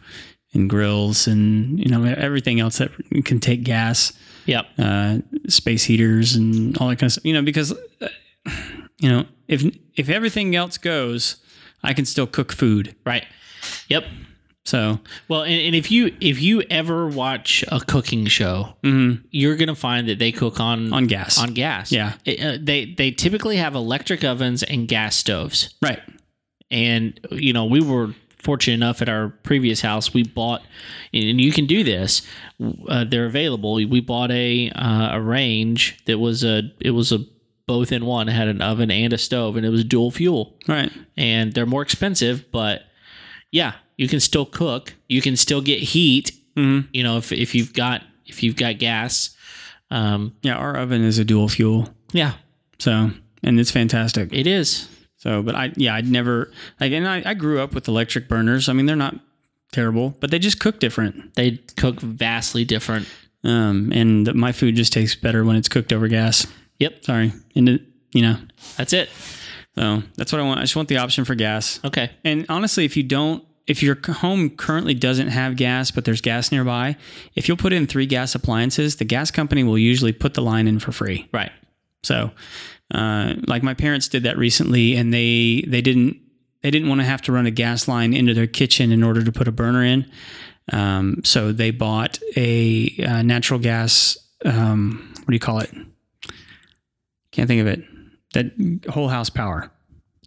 Speaker 1: and grills and you know everything else that can take gas,
Speaker 2: Yep.
Speaker 1: uh, space heaters and all that kind of stuff. You know, because uh, you know if if everything else goes, I can still cook food.
Speaker 2: Right. Yep.
Speaker 1: So
Speaker 2: Well, and, and if you if you ever watch a cooking show,
Speaker 1: mhm,
Speaker 2: you're gonna find that they cook on
Speaker 1: on gas,
Speaker 2: on gas.
Speaker 1: Yeah.
Speaker 2: It, uh, they they typically have electric ovens and gas stoves.
Speaker 1: right?
Speaker 2: and you know we were fortunate enough at our previous house we bought and you can do this uh, they're available we bought a uh, a range that was a it was a both in one it had an oven and a stove and it was dual fuel
Speaker 1: Right.
Speaker 2: and they're more expensive but yeah you can still cook you can still get heat
Speaker 1: Mhm.
Speaker 2: you know if, if you've got if you've got gas um
Speaker 1: Yeah, our oven is a dual fuel,
Speaker 2: yeah
Speaker 1: so and it's fantastic.
Speaker 2: it is
Speaker 1: So, but I, yeah, I'd never, like, and I, I grew up with electric burners. I mean, they're not terrible, but they just cook different.
Speaker 2: they cook vastly different
Speaker 1: Um, and my food just tastes better when it's cooked over gas.
Speaker 2: yep
Speaker 1: Sorry. And it, you know,
Speaker 2: that's it
Speaker 1: so that's what I want. I just want the option for gas.
Speaker 2: okay
Speaker 1: And honestly, if you don't, if your c- home currently doesn't have gas, but there's gas nearby, if you'll put in three gas appliances, the gas company will usually put the line in for free.
Speaker 2: right
Speaker 1: So, uh, like my parents did that recently, and they they didn't they didn't want to have to run a gas line into their kitchen in order to put a burner in. Um, so they bought a uh, natural gas. Um, what do you call it? Can't think of it. That whole house power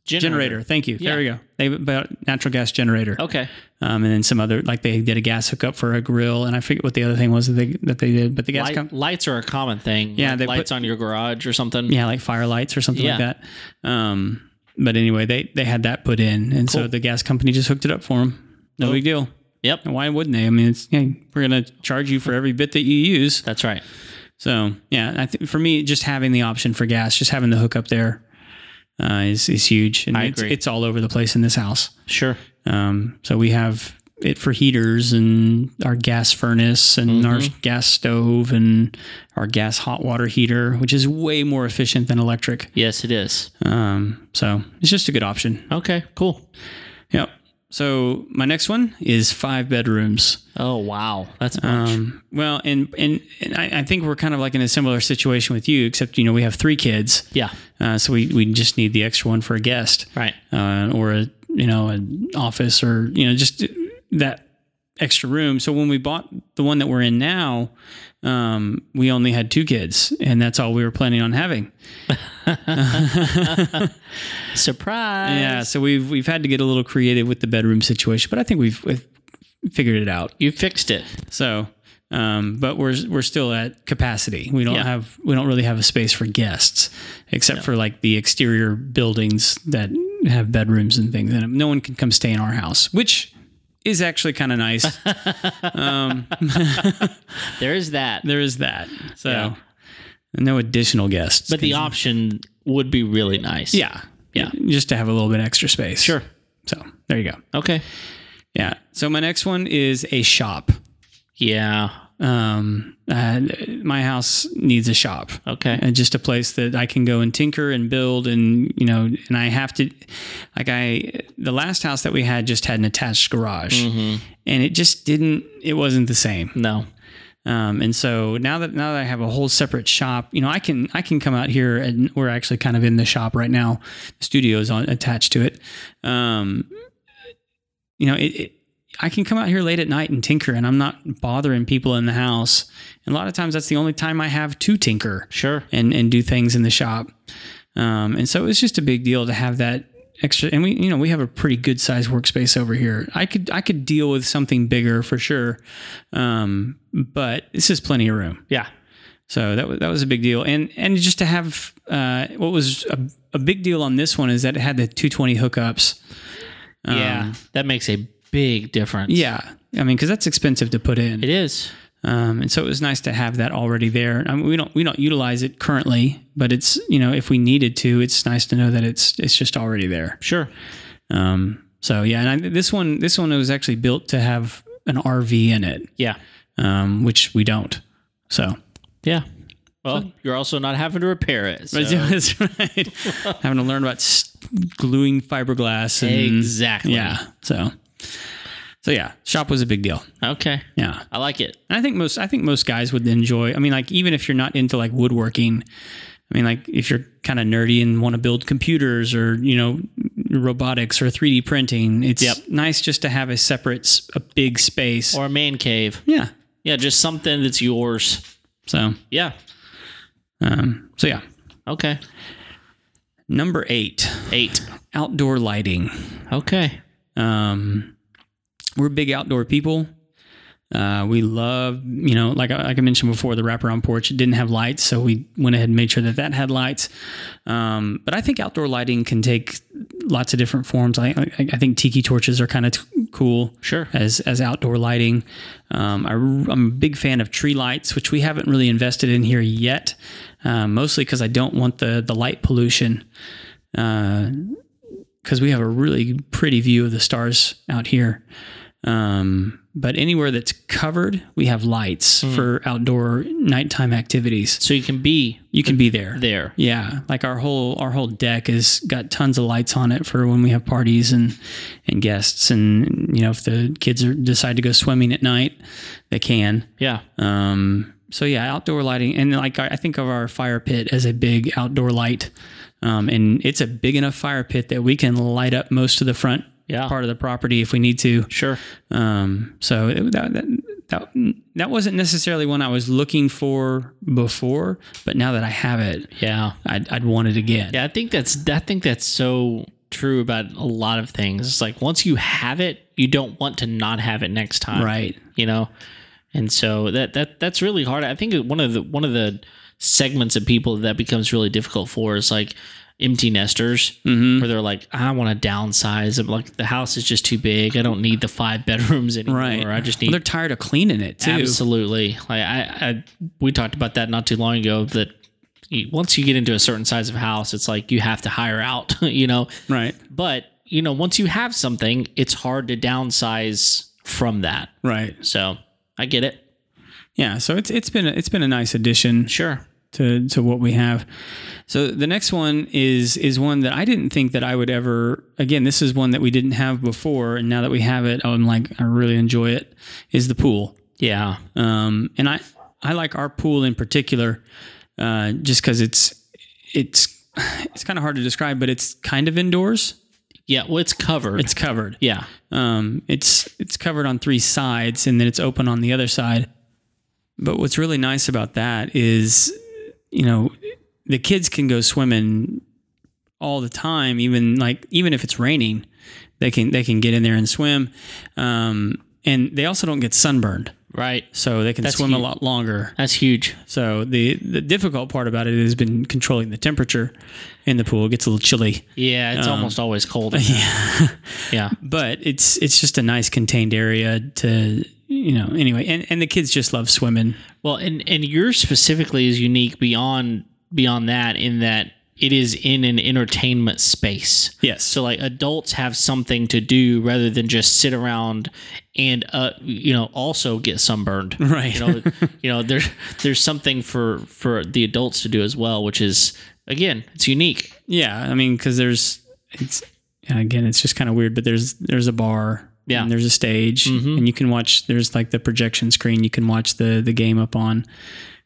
Speaker 1: generator. Thank you. There we go. They bought natural gas generator.
Speaker 2: Okay.
Speaker 1: Um, and then some other like they did a gas hookup for a grill, and I forget what the other thing was that they that they did. But the gas
Speaker 2: Light-
Speaker 1: com-
Speaker 2: lights are a common thing.
Speaker 1: Yeah,
Speaker 2: Like
Speaker 1: they
Speaker 2: lights on your garage or something.
Speaker 1: yeah, like fire lights or something
Speaker 2: Yeah.
Speaker 1: like that. Um, but anyway, they they had that put in, and so
Speaker 2: Cool.
Speaker 1: the gas company just hooked it up for them. No
Speaker 2: Cool.
Speaker 1: big deal.
Speaker 2: Yep.
Speaker 1: And why wouldn't they? I mean, it's, yeah, we're gonna charge you for every bit that you use.
Speaker 2: That's right.
Speaker 1: So yeah, I think for me, just having the option for gas, just having the hookup there, uh, is is huge. And
Speaker 2: I
Speaker 1: it's,
Speaker 2: agree.
Speaker 1: it's all over the place in this house.
Speaker 2: Sure.
Speaker 1: Um, so we have it for heaters and our gas furnace and
Speaker 2: Mm-hmm.
Speaker 1: our gas stove and our gas hot water heater, which is way more efficient than electric.
Speaker 2: Yes, it is.
Speaker 1: Um, so it's just a good option.
Speaker 2: Okay. Cool.
Speaker 1: Yep. So my next one is five bedrooms.
Speaker 2: Oh wow, that's a bunch.
Speaker 1: Um, well, and and, and I, I think we're kind of like in a similar situation with you, except you know we have three kids,
Speaker 2: yeah.
Speaker 1: uh, so we we just need the extra one for a guest,
Speaker 2: Right.
Speaker 1: uh, or a you know an office or you know just that extra room. So when we bought the one that we're in now, um, we only had two kids, and that's all we were planning on having.
Speaker 2: Surprise.
Speaker 1: Yeah, so we've we've had to get a little creative with the bedroom situation, but I think we've, we've figured it out.
Speaker 2: You fixed it.
Speaker 1: So, um, but we're we're still at capacity. We don't
Speaker 2: Yeah.
Speaker 1: have we don't really have a space for guests, except for like the exterior buildings that have bedrooms and things in them. No one can come stay in our house, which is actually kind
Speaker 2: [laughs]
Speaker 1: of nice.
Speaker 2: There is that.
Speaker 1: there is that. So,
Speaker 2: Yeah.
Speaker 1: no additional guests.
Speaker 2: but the option would be really nice.
Speaker 1: yeah, yeah, just to have a little bit extra space.
Speaker 2: Sure.
Speaker 1: So there you go.
Speaker 2: Okay.
Speaker 1: Yeah. So my next one is a shop.
Speaker 2: Yeah.
Speaker 1: um, uh, my house needs a shop
Speaker 2: Okay.
Speaker 1: and uh, just a place that I can go and tinker and build and you know and I have to like I the last house that we had just had an attached garage and it just didn't it wasn't the same
Speaker 2: No.
Speaker 1: um, and so now that now that I have a whole separate shop, you know, I can I can come out here and we're actually kind of in the shop right now. The studio is on, attached to it. Um, you know, it, it, I can come out here late at night and tinker, and I'm not bothering people in the house. And a lot of times, that's the only time I have to tinker
Speaker 2: Sure.
Speaker 1: and and do things in the shop. Um, and so it's just a big deal to have that extra. And we, you know, we have a pretty good sized workspace over here. I could I could deal with something bigger for sure, um, but this is plenty of room.
Speaker 2: Yeah.
Speaker 1: So that was that was a big deal. And and just to have uh, what was a, a big deal on this one is that it had the 220 hookups.
Speaker 2: yeah. That makes a big difference.
Speaker 1: Um, Yeah. I mean, because that's expensive to put in.
Speaker 2: It is.
Speaker 1: Um, and so it was nice to have that already there. I mean, we don't we don't utilize it currently, but it's you know if we needed to, it's nice to know that it's it's just already there.
Speaker 2: Sure.
Speaker 1: Um, so yeah, and I, this one this one was actually built to have an RV in it,
Speaker 2: Yeah.
Speaker 1: um, which we don't. So
Speaker 2: Yeah.
Speaker 1: [laughs]
Speaker 2: Well, you're also not having to repair it. so-
Speaker 1: that's right. Having to learn about s- gluing fiberglass. And,
Speaker 2: Exactly.
Speaker 1: Yeah. So, so yeah, shop was a big deal.
Speaker 2: Okay.
Speaker 1: Yeah.
Speaker 2: I like it.
Speaker 1: And I think most I think most guys would enjoy. I mean, like even if you're not into like woodworking, I mean, like if you're kind of nerdy and want to build computers or you know robotics or 3D printing, it's
Speaker 2: Yep.
Speaker 1: nice just to have a separate s- a big space.
Speaker 2: Or a man cave.
Speaker 1: yeah.
Speaker 2: Yeah, just something that's yours.
Speaker 1: So
Speaker 2: Yeah.
Speaker 1: um, so yeah.
Speaker 2: Okay.
Speaker 1: Number eight,
Speaker 2: Eight.
Speaker 1: outdoor lighting.
Speaker 2: Okay.
Speaker 1: Um, we're big outdoor people. Uh, we love, you know, like, I- like I mentioned before, the wraparound porch it didn't have lights, so we went ahead and made sure that that had lights. Um, but I think outdoor lighting can take lots of different forms. I, I, I think tiki torches are kind of t- cool
Speaker 2: Sure.
Speaker 1: as as outdoor lighting. Um, I, am a big fan of tree lights, which we haven't really invested in here yet, uh, mostly because I don't want the the light pollution. Because we have a really pretty view of the stars out here. Um, but anywhere that's covered, we have lights for outdoor nighttime activities.
Speaker 2: So you can be
Speaker 1: You can be there.
Speaker 2: there.
Speaker 1: Yeah, like our whole our whole deck has got tons of lights on it for when we have parties and and guests and you know if the kids are, decide to go swimming at night, they can.
Speaker 2: Yeah.
Speaker 1: Um, so yeah, outdoor lighting and like I I think of our fire pit as a big outdoor light, um, and it's a big enough fire pit that we can light up most of the front
Speaker 2: Yeah.
Speaker 1: part of the property if we need to.
Speaker 2: Sure.
Speaker 1: Um, so it, that, that that that wasn't necessarily one I was looking for before, but now that I have it.
Speaker 2: Yeah.
Speaker 1: I'd, I'd want it again.
Speaker 2: Yeah, I think that's I think that's so true about a lot of things. It's like once you have it, you don't want to not have it next time.
Speaker 1: Right.
Speaker 2: You know? And so that that that's really hard. I think one of the one of the segments of people that becomes really difficult for is like empty nesters
Speaker 1: Mm-hmm.
Speaker 2: where they're like, I want to downsize. I'm like the house is just too big. I don't need the five bedrooms anymore.
Speaker 1: Right.
Speaker 2: I just
Speaker 1: Well,
Speaker 2: need
Speaker 1: they're tired of cleaning it too.
Speaker 2: Absolutely. Like I, I, we talked about that not too long ago. That you, once you get into a certain size of house, it's like you have to hire out. [laughs] You know,
Speaker 1: Right.
Speaker 2: but you know, once you have something, it's hard to downsize from that.
Speaker 1: Right.
Speaker 2: So I get it.
Speaker 1: Yeah. So it's it's been a, it's been a nice addition
Speaker 2: Sure.
Speaker 1: to to what we have. So the next one is is one that I didn't think that I would ever. Again, this is one that we didn't have before, and now that we have it, I'm like I really enjoy it. Is the pool.
Speaker 2: Yeah.
Speaker 1: um, and I I like our pool in particular, uh, just because it's it's it's kind of hard to describe, but it's kind of indoors.
Speaker 2: Yeah. Well, it's covered.
Speaker 1: It's covered.
Speaker 2: yeah.
Speaker 1: Um, it's it's covered on three sides, and then it's open on the other side. But what's really nice about that is, you know, the kids can go swimming all the time, even like even if it's raining, they can they can get in there and swim, um, and they also don't get sunburned,
Speaker 2: Right.
Speaker 1: so they can
Speaker 2: That's
Speaker 1: swim a
Speaker 2: huge.
Speaker 1: lot longer.
Speaker 2: That's huge.
Speaker 1: So the the difficult part about it has been controlling the temperature in the pool. It gets a little chilly,
Speaker 2: Yeah. It's almost always cold. Yeah. yeah.
Speaker 1: but it's it's just a nice contained area to you know anyway. And and the kids just love swimming. [laughs]
Speaker 2: Well, and and yours specifically is unique beyond beyond that in that it is in an entertainment space.
Speaker 1: Yes.
Speaker 2: So like adults have something to do rather than just sit around and uh you know also get sunburned.
Speaker 1: Right.
Speaker 2: You know, [laughs] you know there's there's something for for the adults to do as well, which is again, it's unique.
Speaker 1: Yeah, I mean because there's it's again it's just kind of weird, but there's there's a bar.
Speaker 2: Yeah. Mm-hmm.
Speaker 1: And there's a stage, and you can watch. There's like the projection screen. You can watch the the game up on.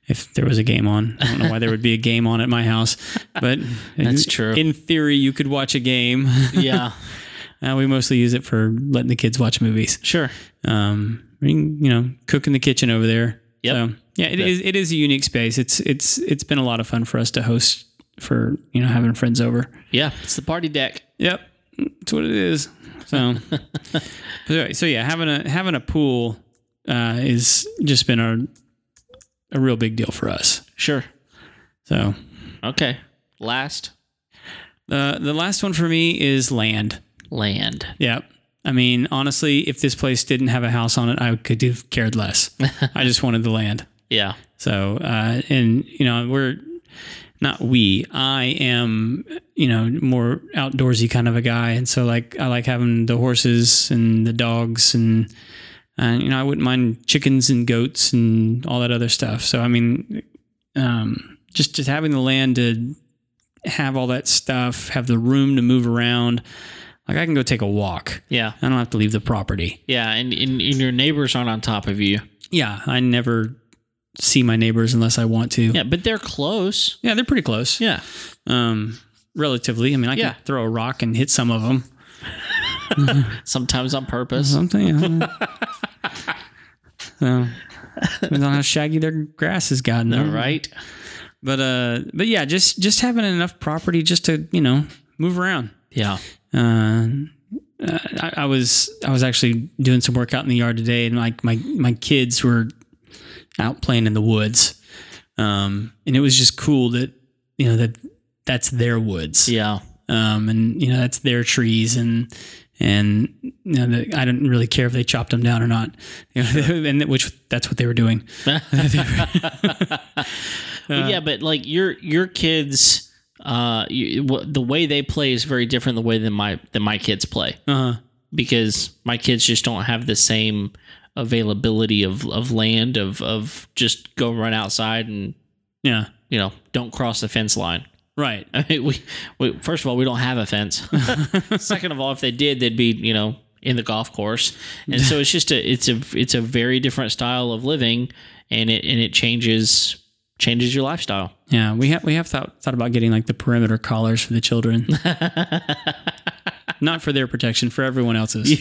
Speaker 1: If there was a game on, I don't know why there would be a game on at my house, but
Speaker 2: [laughs] That's
Speaker 1: in-
Speaker 2: true.
Speaker 1: In theory, you could watch a game. [laughs]
Speaker 2: [laughs] Yeah.
Speaker 1: Uh, we mostly use it for letting the kids watch movies.
Speaker 2: sure.
Speaker 1: Um, I mean, you know, cook in the kitchen over there.
Speaker 2: Yep.
Speaker 1: So, yeah, it is. It is a unique space. It's it's it's been a lot of fun for us to host for you know having friends over.
Speaker 2: Yeah, it's the party deck.
Speaker 1: Yep, that's what it is. [laughs] So, but anyway, so yeah, having a having a pool uh, is just been a a real big deal for us.
Speaker 2: Sure.
Speaker 1: So
Speaker 2: Okay. Last
Speaker 1: uh, the last one for me is land.
Speaker 2: land.
Speaker 1: Yeah. I mean, honestly, if this place didn't have a house on it, I could have cared less. I just wanted the land.
Speaker 2: Yeah.
Speaker 1: So, uh, and you know, we're not we. I am, you know, more outdoorsy kind of a guy, and so like I like having the horses and the dogs, and uh, you know, I wouldn't mind chickens and goats and all that other stuff. So, I mean, um, just just having the land to have all that stuff, have the room to move around. Like I can go take a walk.
Speaker 2: Yeah.
Speaker 1: I don't have to leave the property.
Speaker 2: Yeah. And, and, and your neighbors aren't on top of you.
Speaker 1: Yeah, I never see my neighbors unless I want to.
Speaker 2: Yeah. But they're close.
Speaker 1: Yeah, they're pretty close.
Speaker 2: Yeah.
Speaker 1: Um, relatively. I mean, I
Speaker 2: Yeah.
Speaker 1: can throw a rock and hit some of them.
Speaker 2: Sometimes on purpose. [laughs]
Speaker 1: Something. uh, so, depends on how shaggy their grass has gotten.
Speaker 2: All right.
Speaker 1: But uh, but yeah, just just having enough property just to you know move around.
Speaker 2: Yeah.
Speaker 1: Uh, I, I was I was actually doing some work out in the yard today, and like my my kids were out playing in the woods, um, and it was just cool that you know that that's their woods,
Speaker 2: Yeah.
Speaker 1: um, and you know that's their trees, and and you know, the, I didn't really care if they chopped them down or not, [laughs] you know, and that- which that's what they were doing.
Speaker 2: Well, yeah, but like your your kids, uh, you, wh- the way they play is very different the way than my than my kids play
Speaker 1: Uh,
Speaker 2: because my kids just don't have the same availability of of land of of just go run outside and
Speaker 1: yeah,
Speaker 2: you know don't cross the fence line.
Speaker 1: right.
Speaker 2: [laughs] I mean, we, we first of all we don't have a fence. [laughs] Second of all, if they did, they'd be you know in the golf course, and so it's just a it's a it's a very different style of living, and it and it changes changes your lifestyle.
Speaker 1: Yeah, we have we have thought thought about getting like the perimeter collars for the children. Not for their protection, for everyone else's.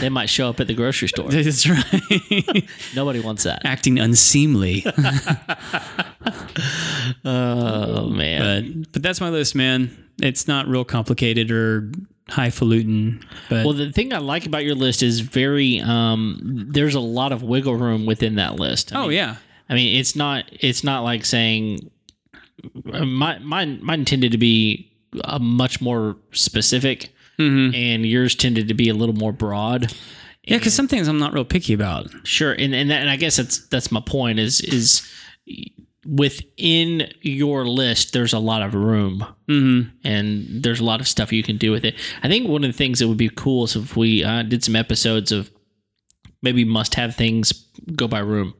Speaker 2: they might show up at the grocery [laughs] store.
Speaker 1: That's right.
Speaker 2: Nobody wants that.
Speaker 1: Acting unseemly,
Speaker 2: Oh man.
Speaker 1: but but that's my list, man. It's not real complicated or highfalutin, but
Speaker 2: Well, the thing I like about your list is very um there's a lot of wiggle room within that list. I
Speaker 1: oh
Speaker 2: mean,
Speaker 1: yeah,
Speaker 2: I mean, it's not it's not like saying uh, my mine mine tended to be uh, much more specific, and yours tended to be a little more broad.
Speaker 1: yeah. Because some things I'm not real picky about.
Speaker 2: Sure, and and that, and I guess that's that's my point is is within your list there's a lot of room
Speaker 1: Mm-hmm.
Speaker 2: and there's a lot of stuff you can do with it. I think one of the things that would be cool is if we uh, did some episodes of maybe must have things go by room,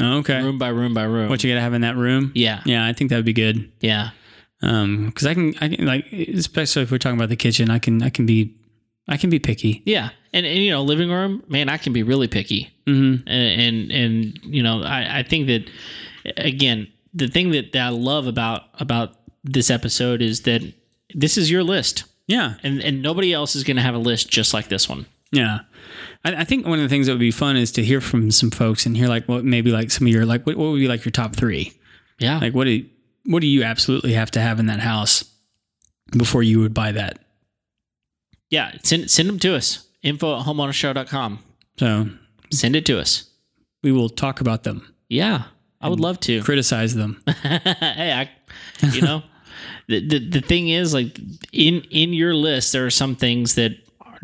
Speaker 1: Oh, Okay,
Speaker 2: room by room by room.
Speaker 1: what you gotta have in that room?
Speaker 2: yeah,
Speaker 1: yeah. I think that'd be good.
Speaker 2: yeah,
Speaker 1: Um, because I can I can like especially if we're talking about the kitchen, I can I can be I can be picky.
Speaker 2: yeah. And, and you know, living room, man, I can be really picky.
Speaker 1: Mm-hmm.
Speaker 2: and and, and you know I, I think that again the thing that, that I love about about this episode is that this is your list
Speaker 1: Yeah.
Speaker 2: and and nobody else is going to have a list just like this one
Speaker 1: Yeah. I, I think one of the things that would be fun is to hear from some folks and hear like what maybe like some of your like what, what would be like your top three?
Speaker 2: yeah
Speaker 1: Like what do what do you absolutely have to have in that house before you would buy that?
Speaker 2: yeah send send them to us info at homeownershow.com
Speaker 1: So
Speaker 2: send it to us
Speaker 1: we will talk about them,
Speaker 2: yeah I would love to
Speaker 1: criticize them. [laughs]
Speaker 2: [laughs] hey I, you know the, the the thing is like in in your list there are some things that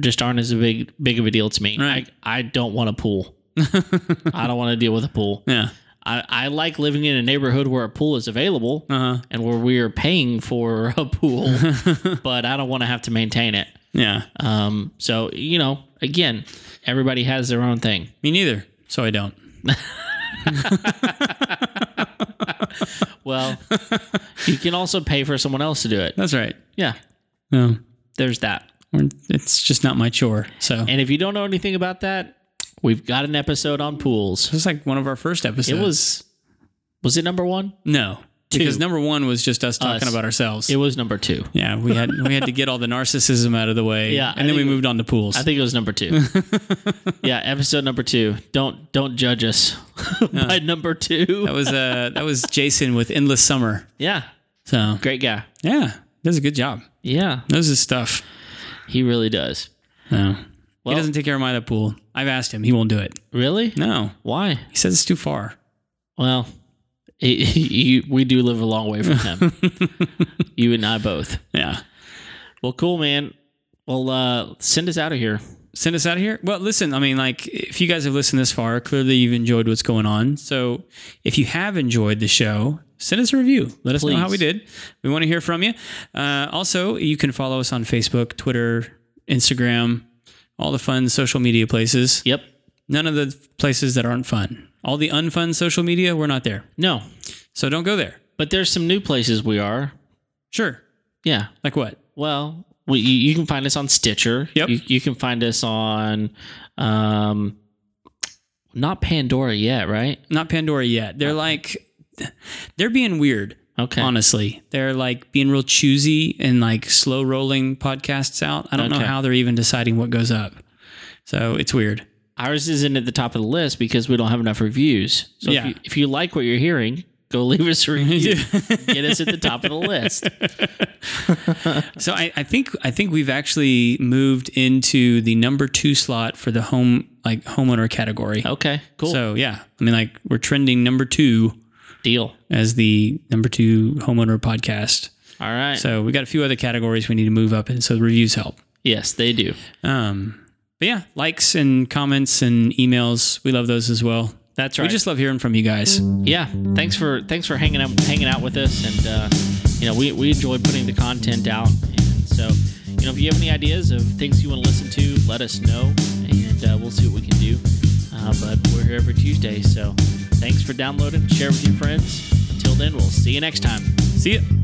Speaker 2: just aren't as a big big of a deal to me
Speaker 1: Right.
Speaker 2: I, I don't want a pool I don't want to deal with a pool.
Speaker 1: Yeah.
Speaker 2: I, I like living in a neighborhood where a pool is available
Speaker 1: Uh huh.
Speaker 2: and where we are paying for a pool, but I don't want to have to maintain it.
Speaker 1: Yeah.
Speaker 2: Um, so, you know, again, everybody has their own thing.
Speaker 1: Me neither. So I don't.
Speaker 2: Well, you can also pay for someone else to do it.
Speaker 1: That's right.
Speaker 2: Yeah,
Speaker 1: No.
Speaker 2: there's that.
Speaker 1: Or It's just not my chore. So
Speaker 2: And if you don't know anything about that, we've got an episode on pools.
Speaker 1: it's like one of our first
Speaker 2: It
Speaker 1: episodes.
Speaker 2: was, was it number one?
Speaker 1: no. Because number one was just us talking
Speaker 2: Us.
Speaker 1: about ourselves.
Speaker 2: It was number two.
Speaker 1: Yeah, we had we had to get all the narcissism out of the way.
Speaker 2: Yeah, I
Speaker 1: and then we
Speaker 2: think-
Speaker 1: moved on to pools.
Speaker 2: I think it was number [laughs] two. yeah, episode number two. Don't don't judge us [laughs] by number
Speaker 1: that
Speaker 2: two.
Speaker 1: was uh that was Jason with Endless Summer.
Speaker 2: Yeah,
Speaker 1: So
Speaker 2: great guy.
Speaker 1: yeah, does a good job.
Speaker 2: Yeah,
Speaker 1: Knows his stuff.
Speaker 2: he really does.
Speaker 1: No,
Speaker 2: Well-
Speaker 1: he doesn't take care of my other pool. I've asked him. He won't do it.
Speaker 2: Really?
Speaker 1: No,
Speaker 2: Why?
Speaker 1: he says it's too far.
Speaker 2: Well, he, he- we do live a long way from him. [laughs] you and I both.
Speaker 1: Yeah.
Speaker 2: Well, cool, man. Well, uh, send us out of here.
Speaker 1: Send us out of here. Well, listen, I mean, like, if you guys have listened this far, clearly you've enjoyed what's going on. So, if you have enjoyed the show, send us a review. Let us know how
Speaker 2: Please.
Speaker 1: we did. We want to hear from you. Uh, also, you can follow us on Facebook, Twitter, Instagram, all the fun social media places.
Speaker 2: Yep.
Speaker 1: None of the places that aren't fun. All the unfun social media, we're not there.
Speaker 2: No.
Speaker 1: So don't go there.
Speaker 2: But there's some new places we are.
Speaker 1: Sure.
Speaker 2: Yeah.
Speaker 1: Like what?
Speaker 2: Well, we, you, you can find us on Stitcher.
Speaker 1: Yep.
Speaker 2: You, you can find us on, um, not Pandora yet, right?
Speaker 1: Not Pandora yet. They're like, they're being weird.
Speaker 2: Okay.
Speaker 1: Honestly, they're like being real choosy and like slow rolling podcasts out. I don't know
Speaker 2: Okay.
Speaker 1: how they're even deciding what goes up. So it's weird.
Speaker 2: Ours isn't at the top of the list because we don't have enough reviews. So
Speaker 1: Yeah.
Speaker 2: if, you, if you like what you're hearing, go [laughs] leave us a
Speaker 1: [laughs]
Speaker 2: review. Get us at the top of the list.
Speaker 1: So I, I think I think we've actually moved into the number two slot for the home like homeowner category.
Speaker 2: Okay. Oh, Cool.
Speaker 1: So yeah, I mean like we're trending number two
Speaker 2: Deal.
Speaker 1: as the number two homeowner podcast.
Speaker 2: All right.
Speaker 1: So we got a few other categories we need to move up in. So the reviews help.
Speaker 2: yes, they do.
Speaker 1: Um, but yeah, likes and comments and emails, we love those as well.
Speaker 2: That's
Speaker 1: We
Speaker 2: right.
Speaker 1: just love hearing from you guys.
Speaker 2: yeah thanks for thanks for hanging out hanging out with us and uh, you know we, we enjoy putting the content out and so you know if you have any ideas of things you want to listen to let us know and uh, we'll see what we can do uh, but we're here every tuesday so thanks for downloading share with your friends until then we'll see you next time
Speaker 1: See ya.